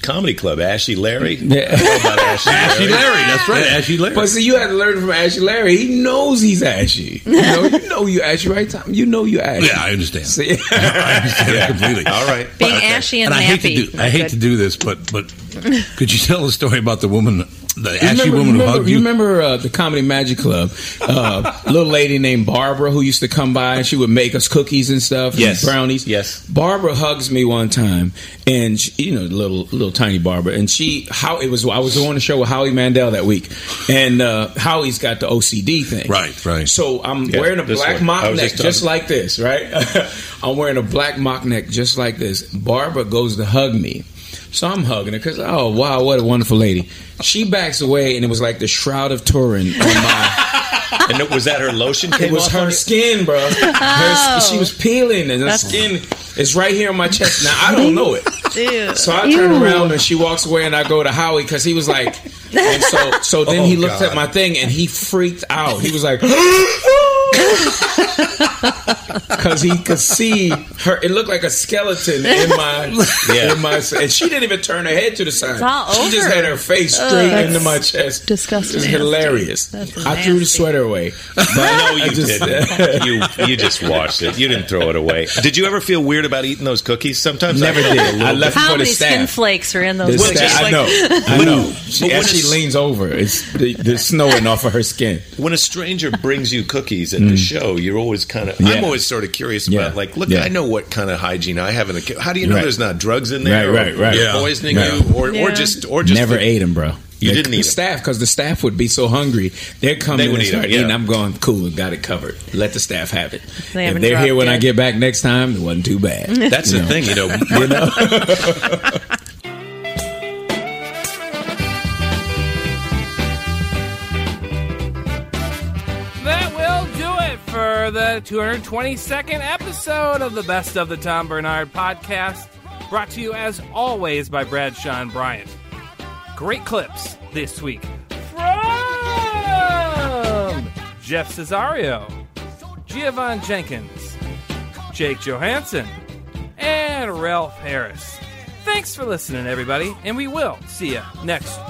comedy club. Ashley Larry. Yeah. I know about Ashley, Ashy Larry. Larry, that's right, Ashy Larry. But see, you had to learn from Ashy Larry. He knows he's ashy. You know, you know you ashy, right? Tom? You know you ashy. Yeah, I understand. See? I understand that completely. All right. Being ashy and, I hate to nappy. do I hate to do this, but but could you tell a story about the woman, the You ashy woman who remember, hugged you you? remember uh, the Comedy Magic Club? Uh, little lady named Barbara who used to come by and she would make us cookies and stuff. Yes. And brownies. Yes. Barbara hugs me one time, and she, you know, little little tiny Barbara, and she how it was. I was doing a show with Howie Mandel that week, and uh, Howie's got the OCD thing. Right, right. So I'm Yeah, wearing a this black one. I mock was neck just just, talking- like this, right? I'm wearing a black mock neck just like this. Barbara goes to hug me. So I'm hugging her because oh wow, what a wonderful lady. She backs away, and it was like the shroud of Turin on my. and it was that her lotion It came was off her on you? skin, bro. Her, Oh. she was peeling, and her That's- skin is right here on my chest. Now I don't know it. So I turn around and she walks away, and I go to Howie because he was like, and so so then Oh, he looked God. at my thing and he freaked out. He was like, because he could see her. It looked like a skeleton in my Yeah. in my, and she didn't even turn her head to the side. It's all She just over. had her face Ugh, straight that's into my chest. disgusting. It's hilarious. That's I threw the sweater away. But no, you I just- didn't. You you just washed it. You didn't throw it away. Did you ever feel weird about eating those cookies? Sometimes Never I feel a did. little I bit. left How many skin flakes are in those? The cookies? sta- I know. I But- know. She, but when as she it's- leans over, it's the, the snowing off of her skin. Mm. When a stranger brings you cookies at the show, you're always kind of. Yeah. I'm always sort of curious Yeah. about, like, look, Yeah. I know what kind of hygiene I have in the. ki- How do you know Right. there's not drugs in there? Right, right, or right. they're Poisoning Right. you, or, or just, or just never the- ate them, bro. You The- didn't eat the 'em. staff because the staff would be so hungry. They're coming They would and eat start 'em, yeah. eating. I'm going cool. Got it covered. Let the staff have it. They if haven't they're here dropped when I yet. get back next time, it wasn't too bad. That's the thing, you know. you know. That will do it for the 222nd episode of the Best of the Tom Bernard podcast, brought to you as always by Brad Sean Bryant. Great clips this week from Jeff Cesario, Giovanni Jenkins, Jake Johansson, and Ralph Harris. Thanks for listening, everybody, and we will see you next